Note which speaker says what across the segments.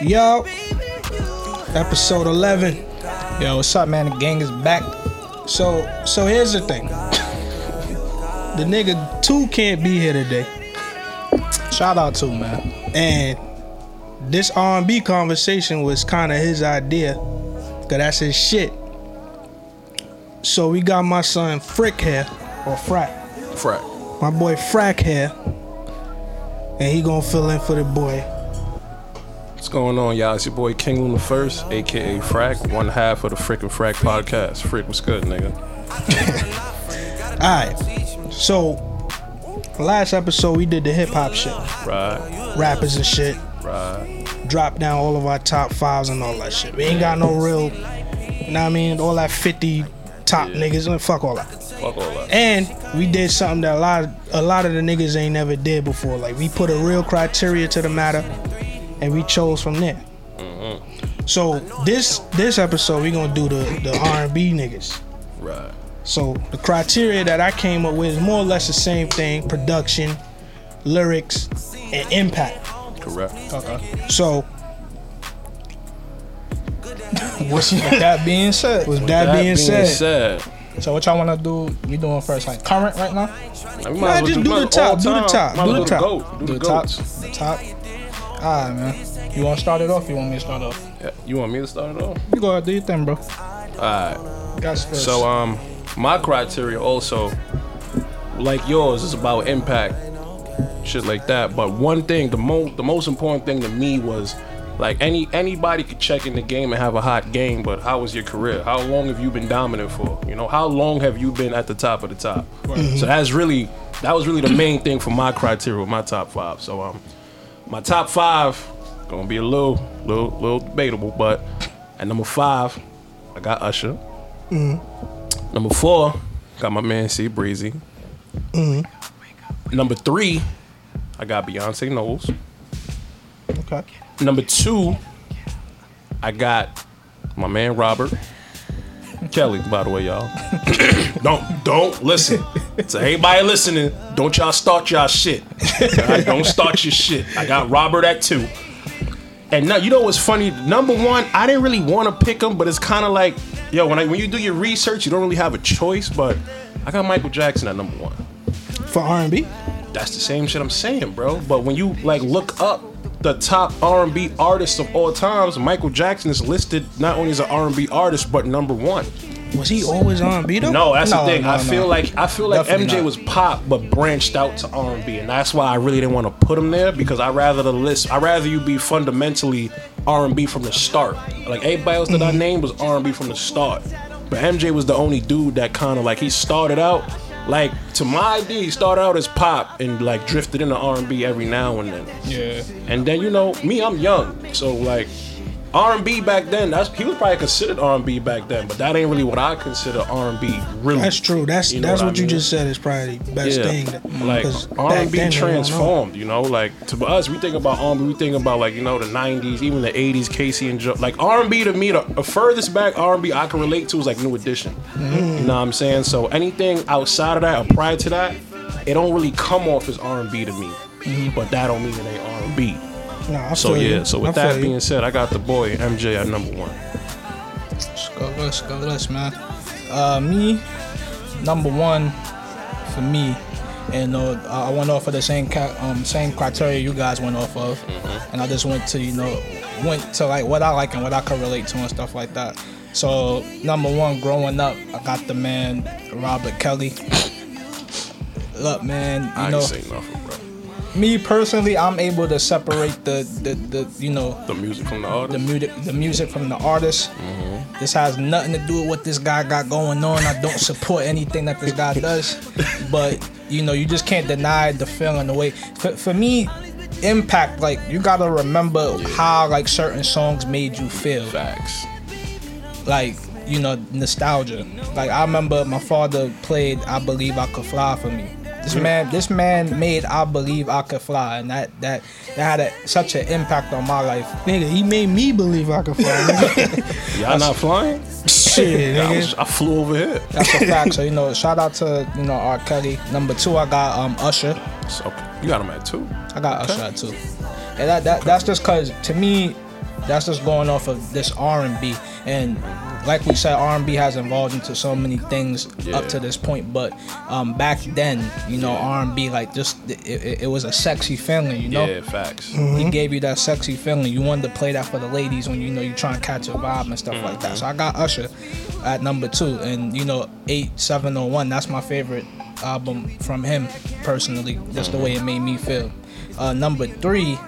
Speaker 1: Yo, episode 11. Yo, what's up, man? The gang is back. So, so here's the thing. the nigga two can't be here today. Shout out to man. And this R&B conversation was kind of his idea, cause that's his shit. So we got my son Frick here, or Frack
Speaker 2: Frack.
Speaker 1: my boy Frack here, and he gonna fill in for the boy.
Speaker 2: What's going on, y'all? It's your boy King Luna First, aka Frack, one half of the Frickin' Frack podcast. Frick, what's good, nigga?
Speaker 1: All right, so last episode we did the hip hop shit,
Speaker 2: Right,
Speaker 1: rappers and shit.
Speaker 2: right.
Speaker 1: Drop down all of our top fives and all that shit. We ain't got no real, you know what I mean? All that 50 top
Speaker 2: Yeah.
Speaker 1: niggas and fuck all that.
Speaker 2: Fuck all that.
Speaker 1: And we did something that a lot, a lot of the niggas ain't never did before. Like we put a real criteria to the matter, and we chose from there.
Speaker 2: Mm-hmm.
Speaker 1: So this this episode we gonna do the the R and B niggas.
Speaker 2: Right.
Speaker 1: So the criteria that I came up with is more or less the same thing: production, lyrics, and impact.
Speaker 2: Correct.
Speaker 1: So,
Speaker 3: What's with that being said?
Speaker 1: with that, being, said,
Speaker 3: So what y'all wanna do? We doing first like current right now?
Speaker 2: we
Speaker 1: Nah,
Speaker 2: might as well
Speaker 1: just do the
Speaker 2: mine
Speaker 1: top,
Speaker 2: all
Speaker 1: do the
Speaker 2: time.
Speaker 1: top,
Speaker 2: Might as
Speaker 1: do
Speaker 2: well
Speaker 1: the top.
Speaker 2: GOAT, Do the
Speaker 3: top,
Speaker 2: goats.
Speaker 3: the top. Alright man. You wanna start it off? You want me to start off?
Speaker 2: Yeah. You want me to start it off?
Speaker 3: You go ahead, do your thing, bro.
Speaker 2: All right.
Speaker 3: Guys first.
Speaker 2: So um, my criteria also, like yours, is about impact, shit like that. But one thing, the most the most important thing to me was, like any anybody could check in the game and have a hot game, but how was your career? How long have you been dominant for? You know, how long have you been at the top of the top? So that's really that was really the main thing for my criteria, with my top five. So um, my top five gonna be a little, little, little debatable, but at number five, I got Usher. Number four, got my man C Breezy. Number three, I got Beyonce Knowles.
Speaker 1: okay,
Speaker 2: Number two, I got my man Robert Kelly. By the way, y'all, don't don't listen. To anybody listening, don't y'all start y'all shit. All right, don't start your shit. I got Robert at two. And now you know what's funny? Number one, I didn't really want to pick him, but it's kind of like, yo, when I when you do your research, you don't really have a choice. But I got Michael Jackson at number one
Speaker 1: for R and B.
Speaker 2: that's the same shit I'm saying, bro. But when you like look up the top R&B artists of all times, Michael Jackson is listed not only as an R&B artist but number one.
Speaker 1: Was he always R and B though?
Speaker 2: No, that's
Speaker 3: No,
Speaker 2: the thing.
Speaker 3: no,
Speaker 2: I
Speaker 3: no.
Speaker 2: feel like I feel like
Speaker 3: Definitely
Speaker 2: MJ
Speaker 3: not.
Speaker 2: was pop but branched out to R&B, and that's why I really didn't want to put him there because I rather the list. I rather you be fundamentally R&B from the start. Like everybody else
Speaker 3: Mm-hmm.
Speaker 2: that I named was R&B from the start, but MJ was the only dude that kind of like he started out. Like to my idea, he started out as pop and like drifted into R&B every now and then.
Speaker 3: yeah.
Speaker 2: And then you know me, I'm young, so like R&B back then, that's he was probably considered R&B back then, but that ain't really what I consider R&B. Really,
Speaker 1: That's true. That's
Speaker 2: You know
Speaker 1: that's
Speaker 2: what I
Speaker 1: what, you
Speaker 2: mean?
Speaker 1: just said is probably the best thing. That,
Speaker 2: like
Speaker 1: 'cause back then,
Speaker 2: R&B
Speaker 1: they don't know.
Speaker 2: transformed. You know, like to us, we think about R&B, we think about like you know the '90s, even the '80s, Casey and Joe. Like R&B to me, the, the furthest back R&B I can relate to is like New Edition.
Speaker 1: Mm-hmm.
Speaker 2: You know what I'm saying? So anything outside of that or prior to that, it don't really come off as R&B to me.
Speaker 1: Mm-hmm.
Speaker 2: But that don't mean it ain't R&B.
Speaker 1: Nah, I
Speaker 2: So
Speaker 1: feel you.
Speaker 2: yeah. So with
Speaker 1: I
Speaker 2: that
Speaker 1: feel you.
Speaker 2: being said, I got the boy MJ at number one.
Speaker 3: Let's go let's go let's man. Uh me, number one for me. And uh, I went off of the same ca- um, same criteria you guys went off of, and I just went to you know went to like what I like and what I could relate to and stuff like that. So number one, growing up, I got the man Robert Kelly. Look, man, you
Speaker 2: I ain't
Speaker 3: know
Speaker 2: say nothing, bro.
Speaker 3: me personally, I'm able to separate the the, the you know
Speaker 2: The music from the
Speaker 3: the
Speaker 2: artist.
Speaker 3: music the music from the artist. This has nothing to do with what this guy got going on. I don't support anything that this guy does, but you know you just can't deny the feeling the way. For, for me, impact like you gotta remember how like certain songs made you feel
Speaker 2: Facts.
Speaker 3: like you know nostalgia. Like I remember my father played "I Believe I Could Fly" for me. This man, this man made "I Believe I Could Fly," and that that that had a, such an impact on my life.
Speaker 1: Nigga, he made me believe I could fly. nigga.
Speaker 2: Y'all not flying?
Speaker 1: Shit,
Speaker 2: I,
Speaker 1: nigga.
Speaker 2: was, I flew over here.
Speaker 3: That's a fact. so you know, shout out to you know R. Kelly. Number two, I got um Usher.
Speaker 2: So, you got him at two.
Speaker 3: I got Usher too. And that, that that's just cause to me, That's just going off of this R and B, and like we said, R and B has evolved into so many things
Speaker 2: Yeah.
Speaker 3: up to this point. But um, back then, you know, R and B like just it, it, it was a sexy feeling, you know.
Speaker 2: Yeah, facts.
Speaker 1: Mm-hmm.
Speaker 3: He gave you that sexy feeling. You wanted to play that for the ladies when you know you trying to catch a vibe and stuff like that. So I got Usher at number two, and you know eight seven oh one. That's my favorite album from him personally. Just the way it made me feel. Uh, number 3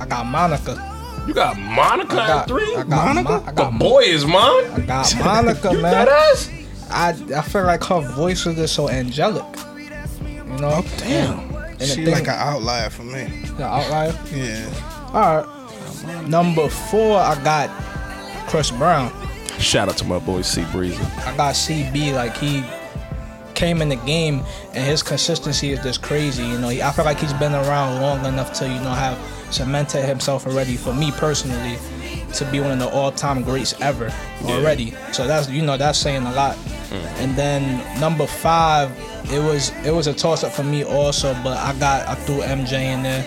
Speaker 3: I got Monica.
Speaker 2: You got Monica
Speaker 3: I got
Speaker 2: at three.
Speaker 3: I got
Speaker 1: Monica?
Speaker 3: Mon- I got,
Speaker 2: the boy is mine.
Speaker 3: Mon- got Monica, man.
Speaker 2: That ass.
Speaker 3: I I feel like her voice is just so angelic. You know?
Speaker 1: Oh, damn.
Speaker 3: And the
Speaker 1: She
Speaker 3: thing-
Speaker 1: like an outlier for me.
Speaker 3: the outlier.
Speaker 1: Yeah.
Speaker 3: All right. Number four, I got Chris Brown.
Speaker 2: Shout out to my boy C Breezy.
Speaker 3: I got CB. Like he came in the game, and his consistency is just crazy. You know, I feel like he's been around long enough to you know have cemented himself already. For me personally, to be one of the all-time greats ever already. So that's you know that's saying a lot. And then number five, it was it was a toss-up for me also, but I got I threw MJ in there.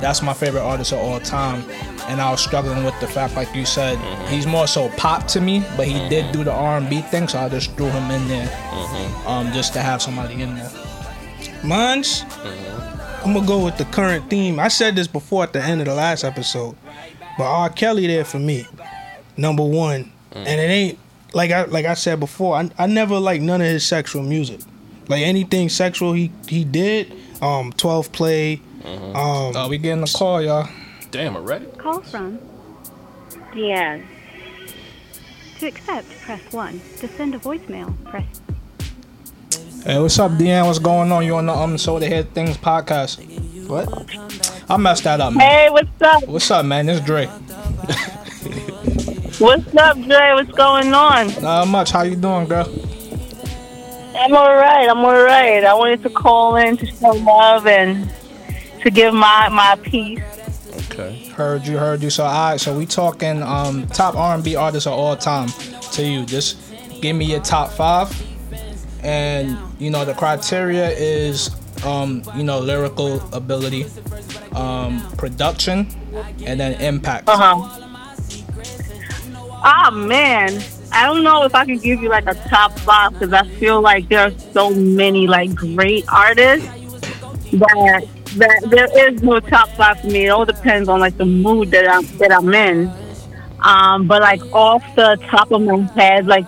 Speaker 3: That's my favorite artist of all time. And I was struggling with the fact, like you said, he's more so pop to me, but he did do the R&B thing, so I just threw him in there, um, just to have somebody in there.
Speaker 1: Mine's. I'm gonna go with the current theme. I said this before at the end of the last episode, but R. Kelly there for me, number one. And it ain't like I like I said before. I, I never like none of his sexual music, like anything sexual he he did. Um, twelve play. Um,
Speaker 3: Uh, we getting a call, y'all.
Speaker 2: Damn, already?
Speaker 4: Call from Diaz. To accept, press 1. To send a voicemail, press
Speaker 3: Hey, what's up, Deanne? What's going on? You on the um So the Head Things podcast?
Speaker 2: What?
Speaker 3: I messed that up, man.
Speaker 5: Hey, what's up?
Speaker 3: What's up, man? It's Dre.
Speaker 5: What's up, Dre? What's going on?
Speaker 3: Not much. How you doing, girl?
Speaker 5: I'm all right. I'm all right. I wanted to call in to show love and to give my my piece.
Speaker 2: Okay.
Speaker 3: Heard you, heard you. So, all right. So we talking um top R&B artists of all time to you. Just give me your top five, and you know the criteria is um you know lyrical ability, um production, and then impact.
Speaker 5: Uh huh. Ah man, I don't know if I can give you like a top five because I feel like there are so many like great artists that that there is no top five for me. It all depends on like the mood that I'm that I'm in. Um, but like off the top of my head, like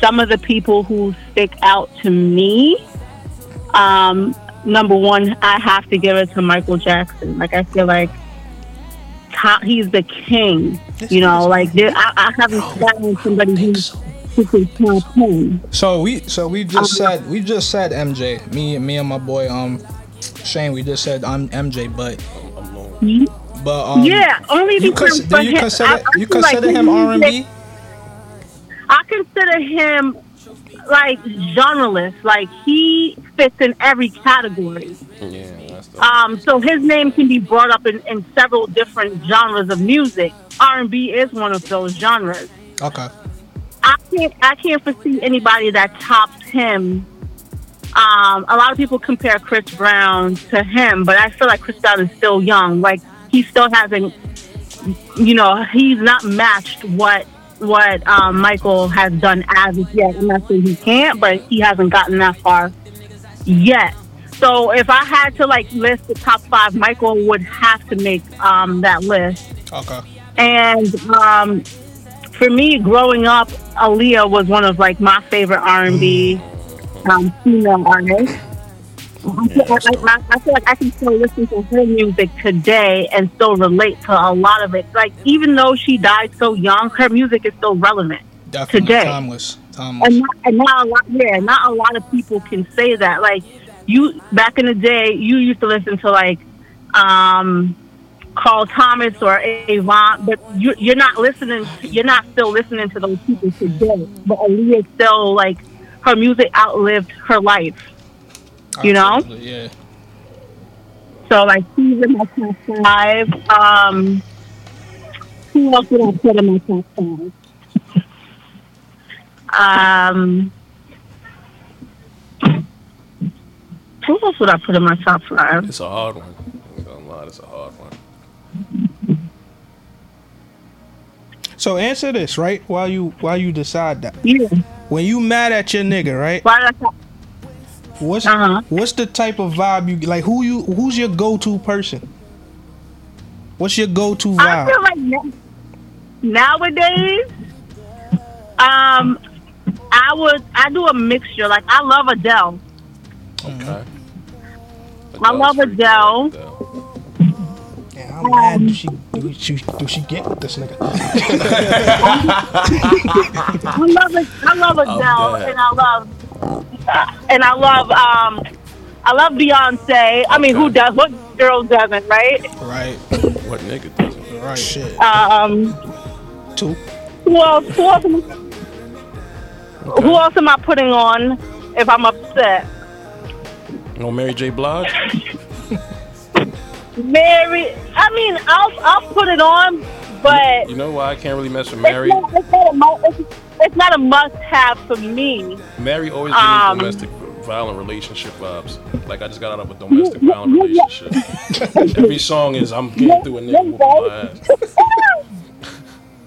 Speaker 5: some of the people who stick out to me. Um, number one, I have to give it to Michael Jackson. Like I feel like top, he's the king. You know, like there, I, I haven't
Speaker 3: Oh,
Speaker 5: found somebody who's who can tell king.
Speaker 3: So we so we just
Speaker 5: Um,
Speaker 3: said we just said MJ. Me me and my boy um Shane. We just said I'm MJ, but but um
Speaker 5: Mm-hmm. Yeah, only
Speaker 3: You,
Speaker 5: because
Speaker 3: cons-
Speaker 5: for
Speaker 3: do you
Speaker 5: him-
Speaker 3: consider
Speaker 5: I- I
Speaker 3: you
Speaker 5: feel like
Speaker 3: consider him
Speaker 5: music-
Speaker 3: R and B?
Speaker 5: I consider him like genreless. Like he fits in every category.
Speaker 2: Yeah, that's the.
Speaker 5: Um, so his name can be brought up in, in several different genres of music. R and B is one of those genres.
Speaker 3: Okay.
Speaker 5: I can't I can't foresee anybody that tops him. Um, a lot of people compare Chris Brown to him, but I feel like Chris Brown is still young. Like he still hasn't, you know, he's not matched what what um, Michael has done as of yet. I'm not saying he can't, but he hasn't gotten that far yet. So if I had to like list the top five, Michael would have to make um, that list.
Speaker 3: Okay.
Speaker 5: And um, for me, growing up, Aaliyah was one of like my favorite R and B um, female artists. I feel, like, I, I feel like I can still listen to her music today and still relate to a lot of it. Like even though she died so young, her music is still relevant.
Speaker 3: Definitely
Speaker 5: Today.
Speaker 3: timeless. Timeless.
Speaker 5: And not, and not a lot, yeah, not a lot of people can say that. Like you back in the day, you used to listen to like um, Carl Thomas or Avon, but you, you're not listening. You're not still listening to those people today. But Aaliyah still like her music outlived her life. you know?
Speaker 3: Absolutely, Yeah.
Speaker 5: So like she's in my top five. Um, who else would I put in my top five? Um, who else would I put in my top five?
Speaker 2: It's a hard one. I'm not gonna lie, it's a hard one.
Speaker 1: So answer this right while you while you decide that.
Speaker 5: Yeah.
Speaker 1: When you mad at your nigga, right?
Speaker 5: Why did I call-
Speaker 1: What's
Speaker 5: Uh-huh.
Speaker 1: what's the type of vibe you like? Who you who's your go to person? What's your go to
Speaker 5: I
Speaker 1: vibe?
Speaker 5: feel like na- nowadays, um, I would I do a mixture. Like I love Adele.
Speaker 3: Mm-hmm.
Speaker 2: Okay.
Speaker 5: I love Adele.
Speaker 1: Yeah, I'm mad. Do she do she do she get with this nigga?
Speaker 5: I love it. I love Adele,
Speaker 2: dead.
Speaker 5: and I love and I love um, I love Beyonce. I mean, who
Speaker 2: Okay.
Speaker 5: does? What girl doesn't? Right?
Speaker 1: Right,
Speaker 2: What nigga doesn't?
Speaker 1: right. Shit.
Speaker 5: Um,
Speaker 1: Two.
Speaker 5: who else? Who else, am, who else am I putting on if I'm upset?
Speaker 2: No Mary J. Blige?
Speaker 5: Mary. I mean, I'll I'll put it on, but
Speaker 2: You know why I can't really mess with
Speaker 5: it's
Speaker 2: Mary?
Speaker 5: not, it's not a mu- it's, it's not a must-have for me.
Speaker 2: Mary always gives me
Speaker 5: Um,
Speaker 2: domestic violent relationship vibes. Like I just got out of a domestic violent relationship. Every song is I'm getting through a nigga whooping my ass.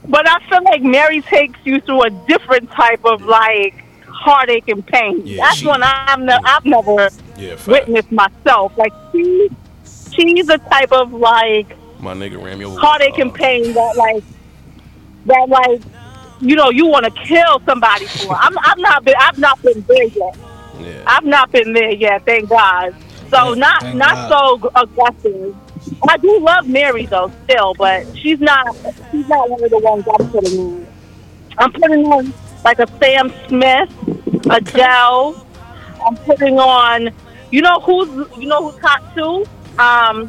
Speaker 5: But I feel like Mary takes you through a different type of like heartache and pain.
Speaker 2: Yeah,
Speaker 5: That's
Speaker 2: she-
Speaker 5: when I'm ne- I've never
Speaker 2: Yeah, facts.
Speaker 5: witnessed myself. Like she, she's a type of like
Speaker 2: My nigga ran me over. with a
Speaker 5: heartache and
Speaker 2: car.
Speaker 5: pain that like that like you know you want to kill somebody for. I'm I've not been I've not been there yet.
Speaker 2: Yeah.
Speaker 5: I've not been there yet. Thank God. So
Speaker 1: Thank-
Speaker 5: not
Speaker 1: thank
Speaker 5: not so aggressive. I do love Mary though still, but she's not she's not one of the ones I'm putting on. I'm putting on like a Sam Smith, Adele. I'm putting on. You know who's you know who's hot too. Um,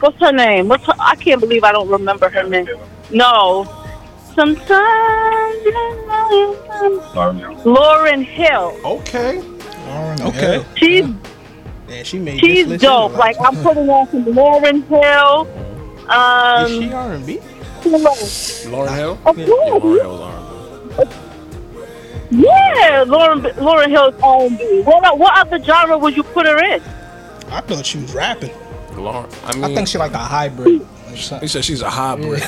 Speaker 5: what's her name? What's her, I can't believe I don't remember her name. No. Sometimes Lauren Hill.
Speaker 2: Okay.
Speaker 1: Okay.
Speaker 5: She's
Speaker 1: Yeah, she made. this
Speaker 5: she's
Speaker 1: list
Speaker 5: dope.
Speaker 1: anyway.
Speaker 5: Like I'm putting on some Lauren Hill.
Speaker 1: Is
Speaker 5: Um,
Speaker 1: she R and B?
Speaker 5: who else?
Speaker 2: Lauren Hill?
Speaker 5: Of
Speaker 2: Yeah, Lauren
Speaker 5: course,
Speaker 2: Hill's arm.
Speaker 5: yeah. Lauren Lauren Hill's R&B. What what other genre would you put her in?
Speaker 1: I thought she was rapping.
Speaker 2: Lauren. I mean,
Speaker 1: I think she like a hybrid. Like
Speaker 2: he
Speaker 1: something.
Speaker 2: said she's a hybrid.
Speaker 1: A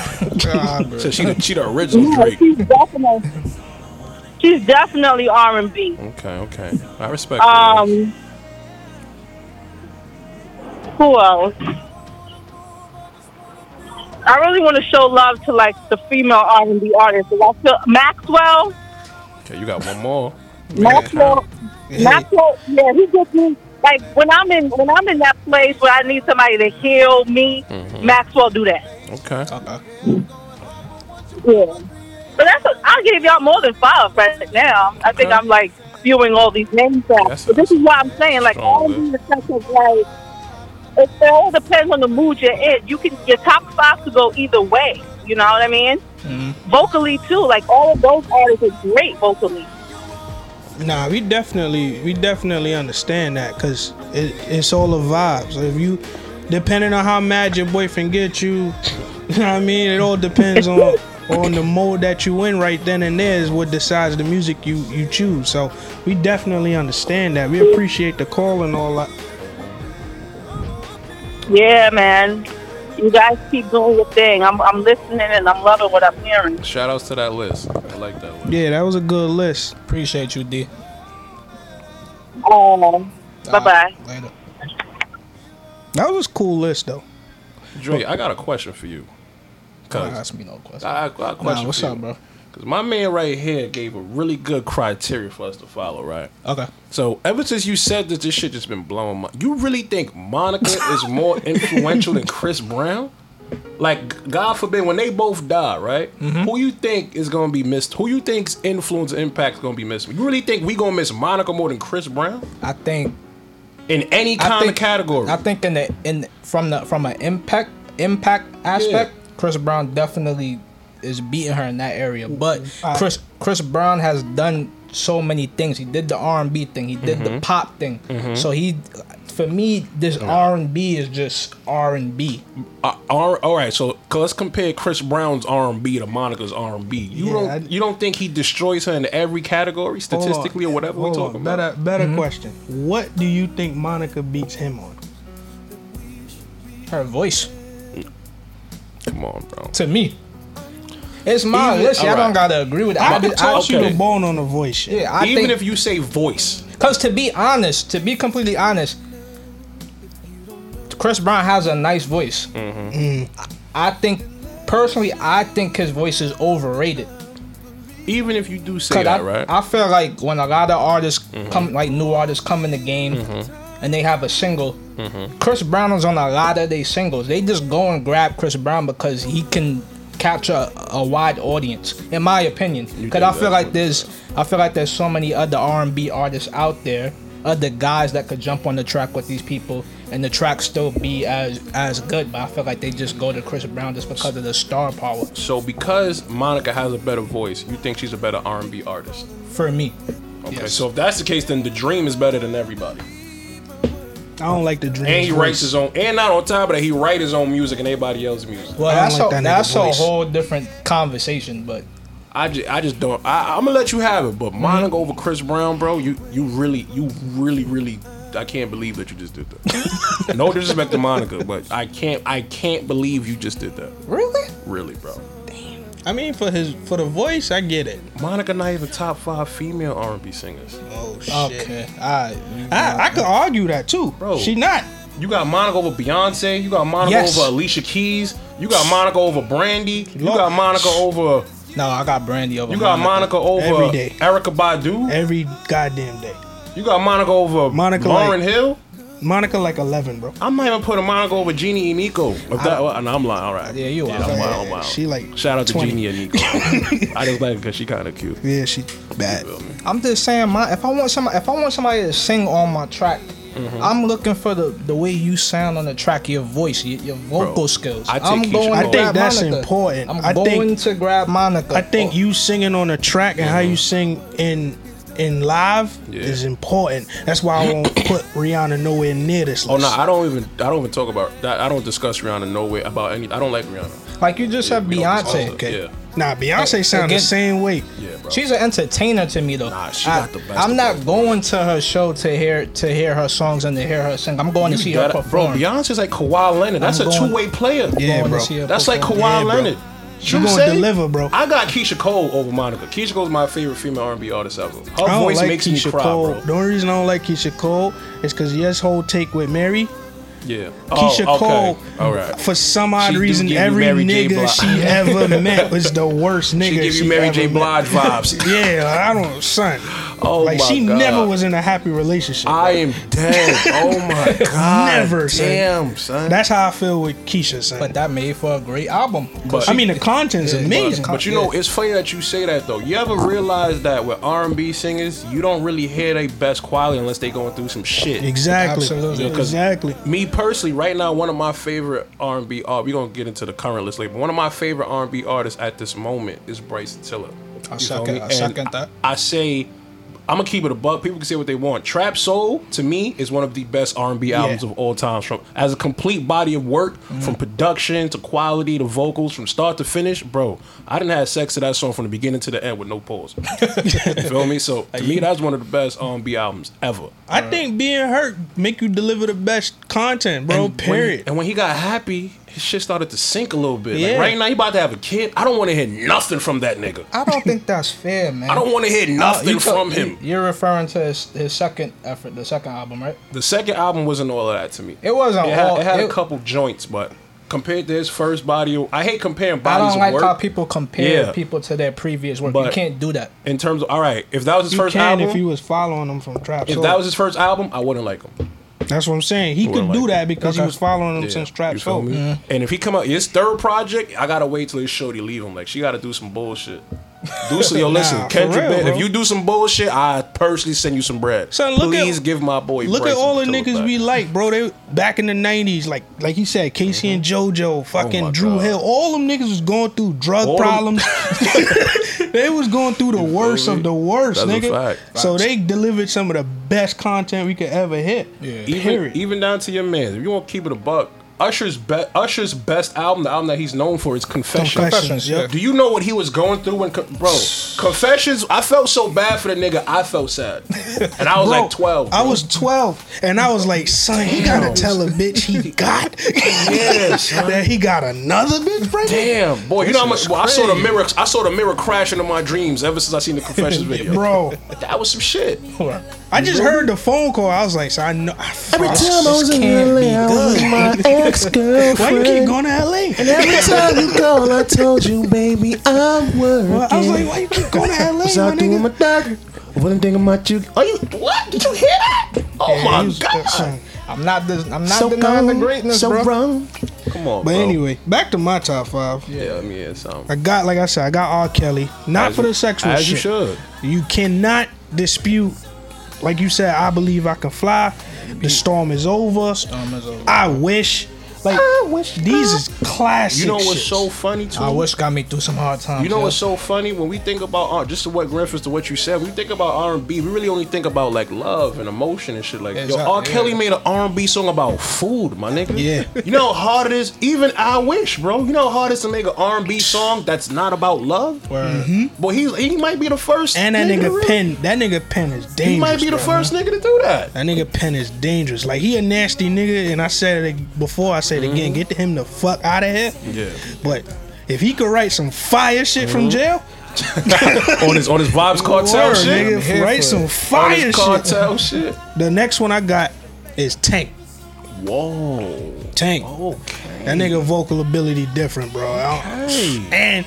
Speaker 1: hybrid.
Speaker 2: Said she, the- she the original
Speaker 5: Yeah,
Speaker 2: Drake.
Speaker 5: she's definitely she's definitely R&B.
Speaker 2: Okay, okay. I respect her.
Speaker 5: Um, who else? I really want to show love to like the female R&B artists. I feel Maxwell.
Speaker 2: Okay, you got one more.
Speaker 5: Maxwell,
Speaker 1: Yeah.
Speaker 5: Maxwell, yeah, he gets me. Like when I'm in when I'm in that place where I need somebody to heal me,
Speaker 2: Mm-hmm.
Speaker 5: Maxwell do that.
Speaker 2: Okay.
Speaker 1: Okay.
Speaker 5: Yeah, but that's a, I gave y'all more than five right now. I think
Speaker 2: Okay.
Speaker 5: I'm like spewing all these names out.
Speaker 2: That's-
Speaker 5: but this is why I'm saying like
Speaker 2: strong,
Speaker 5: all
Speaker 2: man.
Speaker 5: these are such of like it it all depends on the mood you're in. You can your top five could go either way. You know what I mean?
Speaker 2: Mm-hmm.
Speaker 5: Vocally too, like all of those artists are great vocally.
Speaker 1: Nah, we definitely we definitely understand that because it, it's all the vibes. If you depending on how mad your boyfriend gets you, you know what I mean, it all depends on on the mode that you in right then and there is what decides the music you you choose. So we definitely understand that. We appreciate the call and all that.
Speaker 5: Yeah, man. You guys keep doing your thing. I'm, I'm listening and I'm loving what I'm hearing.
Speaker 2: Shout outs to that list. I like that one.
Speaker 1: Yeah, that was a good list.
Speaker 3: Appreciate you, D.
Speaker 6: Oh.
Speaker 5: Um, bye bye.
Speaker 3: Later.
Speaker 1: That was a cool list though.
Speaker 2: Dre, I got a question for you.
Speaker 3: Don't
Speaker 2: Cause
Speaker 3: ask me no questions.
Speaker 2: I, I got a question
Speaker 3: Nah, what's
Speaker 2: for you.
Speaker 3: up, bro?
Speaker 2: Cause my man right here gave a really good criteria for us to follow, right?
Speaker 3: Okay.
Speaker 2: So ever since you said that this shit just been blowing my you really think Monica is more influential than Chris Brown? Like God forbid when they both die, right?
Speaker 3: Mm-hmm.
Speaker 2: Who you think is gonna be missed? Who you think's influence and impact is gonna be missed? You really think we gonna miss Monica more than Chris Brown?
Speaker 3: I think
Speaker 2: In any
Speaker 3: I
Speaker 2: kind of
Speaker 3: think
Speaker 2: category.
Speaker 3: I think in the in from the from an impact impact aspect, Chris Brown definitely is beating her in that area. But
Speaker 1: I-
Speaker 3: Chris Chris Brown has done so many things. He did the R and B thing. He did the
Speaker 2: Mm-hmm.
Speaker 3: pop thing. So he, for me, this R and B is just R and B.
Speaker 2: Uh, R- all right, so c- let's compare Chris Brown's R and B to Monica's R and B. You
Speaker 1: Yeah,
Speaker 2: don't
Speaker 1: I-
Speaker 2: you don't think he destroys her in every category statistically or whatever we
Speaker 1: Hold on.
Speaker 2: talking about?
Speaker 1: Better better question. What do you think Monica beats him on?
Speaker 3: Her voice
Speaker 2: Come on, bro.
Speaker 3: to me. It's mine.
Speaker 2: Even-
Speaker 3: Listen, I
Speaker 2: alright.
Speaker 3: don't gotta agree with it.
Speaker 1: I
Speaker 3: I,
Speaker 1: can
Speaker 3: just- I,
Speaker 1: toss you
Speaker 2: okay.
Speaker 1: the bone on the voice shit.
Speaker 3: yeah, I
Speaker 2: Even
Speaker 3: think
Speaker 2: if you say voice,
Speaker 3: Because to be honest, to be completely honest, Chris Brown has a nice voice. Mm. I, I think, personally, I think his voice is overrated.
Speaker 2: even if you do say
Speaker 3: Cause
Speaker 2: that,
Speaker 3: I,
Speaker 2: right?
Speaker 3: I feel like when a lot of artists come, like new artists come in the game, and they have a single, Chris Brown is on a lot of their singles. They just go and grab Chris Brown because he can capture a, a wide audience, in my opinion. Because
Speaker 2: think
Speaker 3: I feel
Speaker 2: that's
Speaker 3: like
Speaker 2: what-
Speaker 3: there's, I feel like there's so many other R&B artists out there, other guys that could jump on the track with these people. And the track still be as as good, but I feel like they just go to Chris Brown just because of the star power.
Speaker 2: so because Monica has a better voice, you think she's a better R&B artist?
Speaker 3: For me,
Speaker 2: Okay.
Speaker 3: Yes.
Speaker 2: So if that's the case, then the dream is better than everybody.
Speaker 1: I don't like the dream.
Speaker 2: And he writes his own, and not on top of that, he write his own music and everybody else's music.
Speaker 3: Well,
Speaker 1: I
Speaker 3: that's,
Speaker 1: don't like
Speaker 3: a,
Speaker 1: that nigga
Speaker 3: that's a
Speaker 1: voice.
Speaker 3: whole different conversation, but
Speaker 2: I just, I just don't. I, I'm gonna let you have it, but Monica over Chris Brown, bro. You, you really, you really, really. I can't believe that you just did that. no disrespect to Monica, but I can't, I can't believe you just did that.
Speaker 3: really,
Speaker 2: Really, bro.
Speaker 1: I mean, for his for the voice, I get it.
Speaker 2: Monica not even top five female R&B singers.
Speaker 1: Oh shit.
Speaker 3: okay, all right.
Speaker 1: I, I could argue that too.
Speaker 2: Bro.
Speaker 1: She not.
Speaker 2: You got Monica over Beyonce. You got Monica
Speaker 3: Yes.
Speaker 2: over Alicia Keys. You got Monica over Brandy. You
Speaker 1: Lord.
Speaker 2: got Monica over.
Speaker 3: no, I got Brandy over.
Speaker 2: You got Monica over
Speaker 1: Every day.
Speaker 2: Erica Badu.
Speaker 1: Every goddamn day.
Speaker 2: You got Monica over
Speaker 1: Monica
Speaker 2: Lauren
Speaker 1: like-
Speaker 2: Hill.
Speaker 1: Monica like eleven, bro.
Speaker 2: I'm not even putting Monica over Genie and Nico. If that, well, no, I'm lying. All right.
Speaker 3: Yeah, you are.
Speaker 2: I'm
Speaker 1: Yeah,
Speaker 2: lying, I'm lying.
Speaker 1: she like
Speaker 2: Shout out
Speaker 1: 20.
Speaker 2: to Genie and Nico. I just like because she kind of cute.
Speaker 1: Yeah, she bad.
Speaker 3: I'm just saying, my if I want somebody, if I want somebody to sing on my track,
Speaker 1: Mm-hmm.
Speaker 3: I'm looking for the the way you sound on the track, your voice, your, your vocal skills.
Speaker 2: I take
Speaker 3: am
Speaker 2: Keisha
Speaker 3: going.
Speaker 2: Cole.
Speaker 3: to
Speaker 2: I
Speaker 1: think
Speaker 3: grab
Speaker 1: that's
Speaker 3: Monica.
Speaker 1: important.
Speaker 3: I'm
Speaker 1: I think-
Speaker 3: going to grab Monica.
Speaker 1: I think
Speaker 3: Oh,
Speaker 1: you singing on a track and how you sing in in live
Speaker 2: Yeah.
Speaker 1: is important. That's why I won't put Rihanna nowhere near this
Speaker 2: Oh
Speaker 1: list.
Speaker 2: no, I don't even. I don't even talk about that. I don't discuss Rihanna no way about any. I don't like Rihanna.
Speaker 3: like you just said,
Speaker 2: we don't discuss
Speaker 3: Beyonce.
Speaker 2: it.
Speaker 1: okay.
Speaker 2: Yeah.
Speaker 1: Nah, Beyonce sound
Speaker 3: Again-
Speaker 1: the same way.
Speaker 2: Yeah, bro.
Speaker 3: She's an entertainer to me though.
Speaker 2: Nah, she
Speaker 3: I,
Speaker 2: got the best
Speaker 3: I'm
Speaker 2: of
Speaker 3: not
Speaker 2: both
Speaker 3: going to her show to hear to hear her songs and to hear her sing. I'm going to see her
Speaker 2: Gotta- bro,
Speaker 3: perform.
Speaker 2: Beyonce's like Kawhi Leonard. That's
Speaker 3: I'm
Speaker 2: a
Speaker 3: going-
Speaker 2: two way player.
Speaker 1: Yeah,
Speaker 3: Going to
Speaker 1: bro.
Speaker 3: see her
Speaker 2: That's like Kawhi
Speaker 3: perform.
Speaker 1: Yeah, bro.
Speaker 2: Leonard.
Speaker 1: She
Speaker 2: You
Speaker 1: gonna
Speaker 2: say?
Speaker 1: deliver, bro.
Speaker 2: I got Keisha Cole over Monica. Keisha Cole's my favorite female R&B artist ever. Her
Speaker 1: I don't
Speaker 2: voice
Speaker 1: like
Speaker 2: makes
Speaker 1: Keisha
Speaker 2: me cry,
Speaker 1: Cole.
Speaker 2: bro.
Speaker 1: The only reason I don't like Keisha Cole is because yes, whole take with Mary.
Speaker 2: Yeah.
Speaker 1: Keisha
Speaker 2: Oh, okay.
Speaker 1: Cole,
Speaker 2: All right.
Speaker 1: for some odd
Speaker 2: She do
Speaker 1: reason,
Speaker 2: give you
Speaker 1: every
Speaker 2: Mary J.
Speaker 1: nigga
Speaker 2: Blige.
Speaker 1: she ever met was the worst nigga.
Speaker 2: She give you Mary
Speaker 1: ever
Speaker 2: J.
Speaker 1: met.
Speaker 2: Blige vibes.
Speaker 1: Yeah, like, I don't, son.
Speaker 2: Oh
Speaker 1: like
Speaker 2: my
Speaker 1: she
Speaker 2: God.
Speaker 1: never was in a happy relationship.
Speaker 2: I am dead. Oh my god.
Speaker 1: Never, son.
Speaker 2: Damn, son.
Speaker 1: That's how I feel with Keisha, son.
Speaker 3: But that made for a great album.
Speaker 2: But-
Speaker 1: I mean, the content's
Speaker 3: Yeah, but-
Speaker 1: amazing.
Speaker 2: But you know, it's funny that you say that though. You ever realize that with R&B singers, you don't really hear their best quality unless they going through some shit.
Speaker 1: exactly,
Speaker 3: Absolutely.
Speaker 2: Yeah, 'cause-
Speaker 1: exactly.
Speaker 2: Me personally, right now, one of my favorite R&B art. We're gonna get into the current list later. But one of my favorite R&B artists at this moment is Bryson Tiller.
Speaker 3: I
Speaker 2: You
Speaker 3: second-
Speaker 2: feel me?
Speaker 3: I
Speaker 2: And
Speaker 3: second that.
Speaker 2: I say. I'm gonna keep it a buck. People can say what they want. Trap Soul to me is one of the best R&B albums of all time. From as a complete body of work, from production to quality to vocals, from start to finish, bro. I didn't have sex to that song from the beginning to the end with no pause. you feel me? So to me, that's one of the best R&B albums ever.
Speaker 1: I think being hurt make you deliver the best content, bro.
Speaker 2: And when-
Speaker 1: period.
Speaker 2: and when he got happy, his shit started to sink a little bit. Like
Speaker 1: Yeah.
Speaker 2: right now, he about to have a kid. I don't want to hear nothing from that nigga.
Speaker 3: I don't think that's fair, man. Oh,
Speaker 2: I don't want to hear nothing
Speaker 3: You thought-
Speaker 2: from him.
Speaker 3: You're referring to his, his second effort, the second album, right?
Speaker 2: The second album wasn't all of that to me.
Speaker 3: It wasn't
Speaker 2: It had,
Speaker 3: all-
Speaker 2: it had a
Speaker 3: it-
Speaker 2: couple joints, but compared to his first body, of- I hate comparing
Speaker 3: I
Speaker 2: bodies
Speaker 3: don't
Speaker 2: of
Speaker 3: like
Speaker 2: work.
Speaker 3: how people compare
Speaker 2: Yeah.
Speaker 3: people to their previous work. you
Speaker 2: But-
Speaker 3: can't do that.
Speaker 2: in terms of, all right, if that was his
Speaker 1: you
Speaker 2: first
Speaker 1: can
Speaker 2: album,
Speaker 1: if you was following him from Trap
Speaker 2: if
Speaker 1: Soul.
Speaker 2: that was his first album, I wouldn't like him.
Speaker 1: That's what I'm saying. He could
Speaker 2: Wouldn't
Speaker 1: do
Speaker 2: like
Speaker 1: that
Speaker 2: it.
Speaker 1: because he
Speaker 3: Okay.
Speaker 1: was following him
Speaker 2: Yeah,
Speaker 1: since
Speaker 2: you
Speaker 1: Trap
Speaker 2: feel
Speaker 1: Soul.
Speaker 2: me? And if he come out his third project, I gotta wait till his shorty leave him. Like she gotta do some bullshit. Do so, yo, listen,
Speaker 1: for
Speaker 2: Kendrick.
Speaker 1: real,
Speaker 2: Ben,
Speaker 1: bro.
Speaker 2: if you do some bullshit, I personally send you some bread.
Speaker 1: Son, look at-
Speaker 2: Please give my boy.
Speaker 1: Look at
Speaker 2: Bryson
Speaker 1: all the
Speaker 2: Tiller
Speaker 1: niggas
Speaker 2: back.
Speaker 1: we like, bro. They back in the nineties, like like he said, Casey and JoJo, fucking
Speaker 2: Mm-hmm. Oh my
Speaker 1: Drew
Speaker 2: God.
Speaker 1: Hill. All them niggas was going through drug
Speaker 2: All them-
Speaker 1: problems. they was going through the worst
Speaker 2: me?
Speaker 1: of the worst,
Speaker 2: That's a
Speaker 1: nigga.
Speaker 2: fact.
Speaker 1: So they delivered some of the best content we could ever hit.
Speaker 3: Yeah.
Speaker 2: even,
Speaker 1: Period.
Speaker 2: even down to your man. If you want to keep it a buck, Usher's be- Usher's best album, the album that he's known for, is Confessions.
Speaker 1: Confessions, yeah.
Speaker 2: Do you know what he was going through when, co- bro? Confessions. I felt so bad for the nigga. I felt sad, and I was
Speaker 1: Bro,
Speaker 2: like twelve.
Speaker 1: I was 12, and I was like, son, he gotta tell a bitch he got that he got another bitch pregnant.
Speaker 2: Damn, boy, you know how much well, I saw the mirror. I saw the mirror crash into my dreams ever since I seen the Confessions video.
Speaker 1: Bro,
Speaker 2: that was some shit.
Speaker 1: I just heard the phone call. I was like, so I know. Every
Speaker 7: time I was in LA, I was my ex girlfriend.
Speaker 1: Why you keep going to LA?
Speaker 7: Every time you call, I told you, baby, I'm working.
Speaker 1: I was like, why you keep going to LA?
Speaker 7: was
Speaker 1: My
Speaker 7: out doing my
Speaker 1: nigga?
Speaker 7: doctor. Wasn't thinking about you.
Speaker 2: Are you what? Did you hear that? Oh
Speaker 1: He
Speaker 2: my
Speaker 1: was-
Speaker 2: god!
Speaker 1: son, I'm not, the, I'm not
Speaker 7: so
Speaker 1: denying the
Speaker 7: gone,
Speaker 1: greatness,
Speaker 7: so
Speaker 1: bro.
Speaker 7: wrong.
Speaker 2: Come on,
Speaker 1: But
Speaker 2: bro.
Speaker 1: anyway, back to my top five.
Speaker 2: yeah, I mean, yeah, something.
Speaker 1: I got, like I said, I got R. Kelly. Not for the sexual
Speaker 2: as
Speaker 1: shit.
Speaker 2: you should.
Speaker 1: You cannot dispute, like you said, I believe I can fly. The storm is over.
Speaker 3: Storm is over.
Speaker 1: I wish. Like
Speaker 7: I wish
Speaker 1: these is classic.
Speaker 2: You know what's
Speaker 1: shits.
Speaker 2: so funny too?
Speaker 3: I wish got me through some hard times.
Speaker 2: You know
Speaker 3: yo.
Speaker 2: what's so funny when we think about uh, just to what reference to what you said. When we think about R and B, we really only think about like love and emotion and shit. Like yo,
Speaker 3: Exactly,
Speaker 2: R. Kelly
Speaker 3: yeah.
Speaker 2: made an R and B song about food, my nigga.
Speaker 1: Yeah.
Speaker 2: You know how hard it is. Even I wish, bro. You know how hard it is to make an R and B song that's not about love. Mm-hmm.
Speaker 3: Word.
Speaker 2: But he's he might be the first.
Speaker 1: And that
Speaker 2: to
Speaker 1: nigga
Speaker 2: really-
Speaker 1: pen, that nigga pen is dangerous.
Speaker 2: He might be the
Speaker 1: bro.
Speaker 2: first nigga to do that.
Speaker 1: That nigga pen is dangerous. Like he a nasty nigga, and I said it before. I said it again. Get him the fuck out of here.
Speaker 2: Yeah.
Speaker 1: But if he could write some fire shit from jail,
Speaker 2: on his on his vibes cartel
Speaker 1: word,
Speaker 2: shit.
Speaker 1: nigga,
Speaker 3: here
Speaker 1: write
Speaker 3: for
Speaker 1: some
Speaker 3: it.
Speaker 2: On
Speaker 1: fire
Speaker 2: his
Speaker 1: shit.
Speaker 2: cartel shit.
Speaker 1: The next one I got is Tank.
Speaker 2: Whoa.
Speaker 1: Tank.
Speaker 2: Oh. Okay.
Speaker 1: That nigga vocal ability different, bro. I don't- And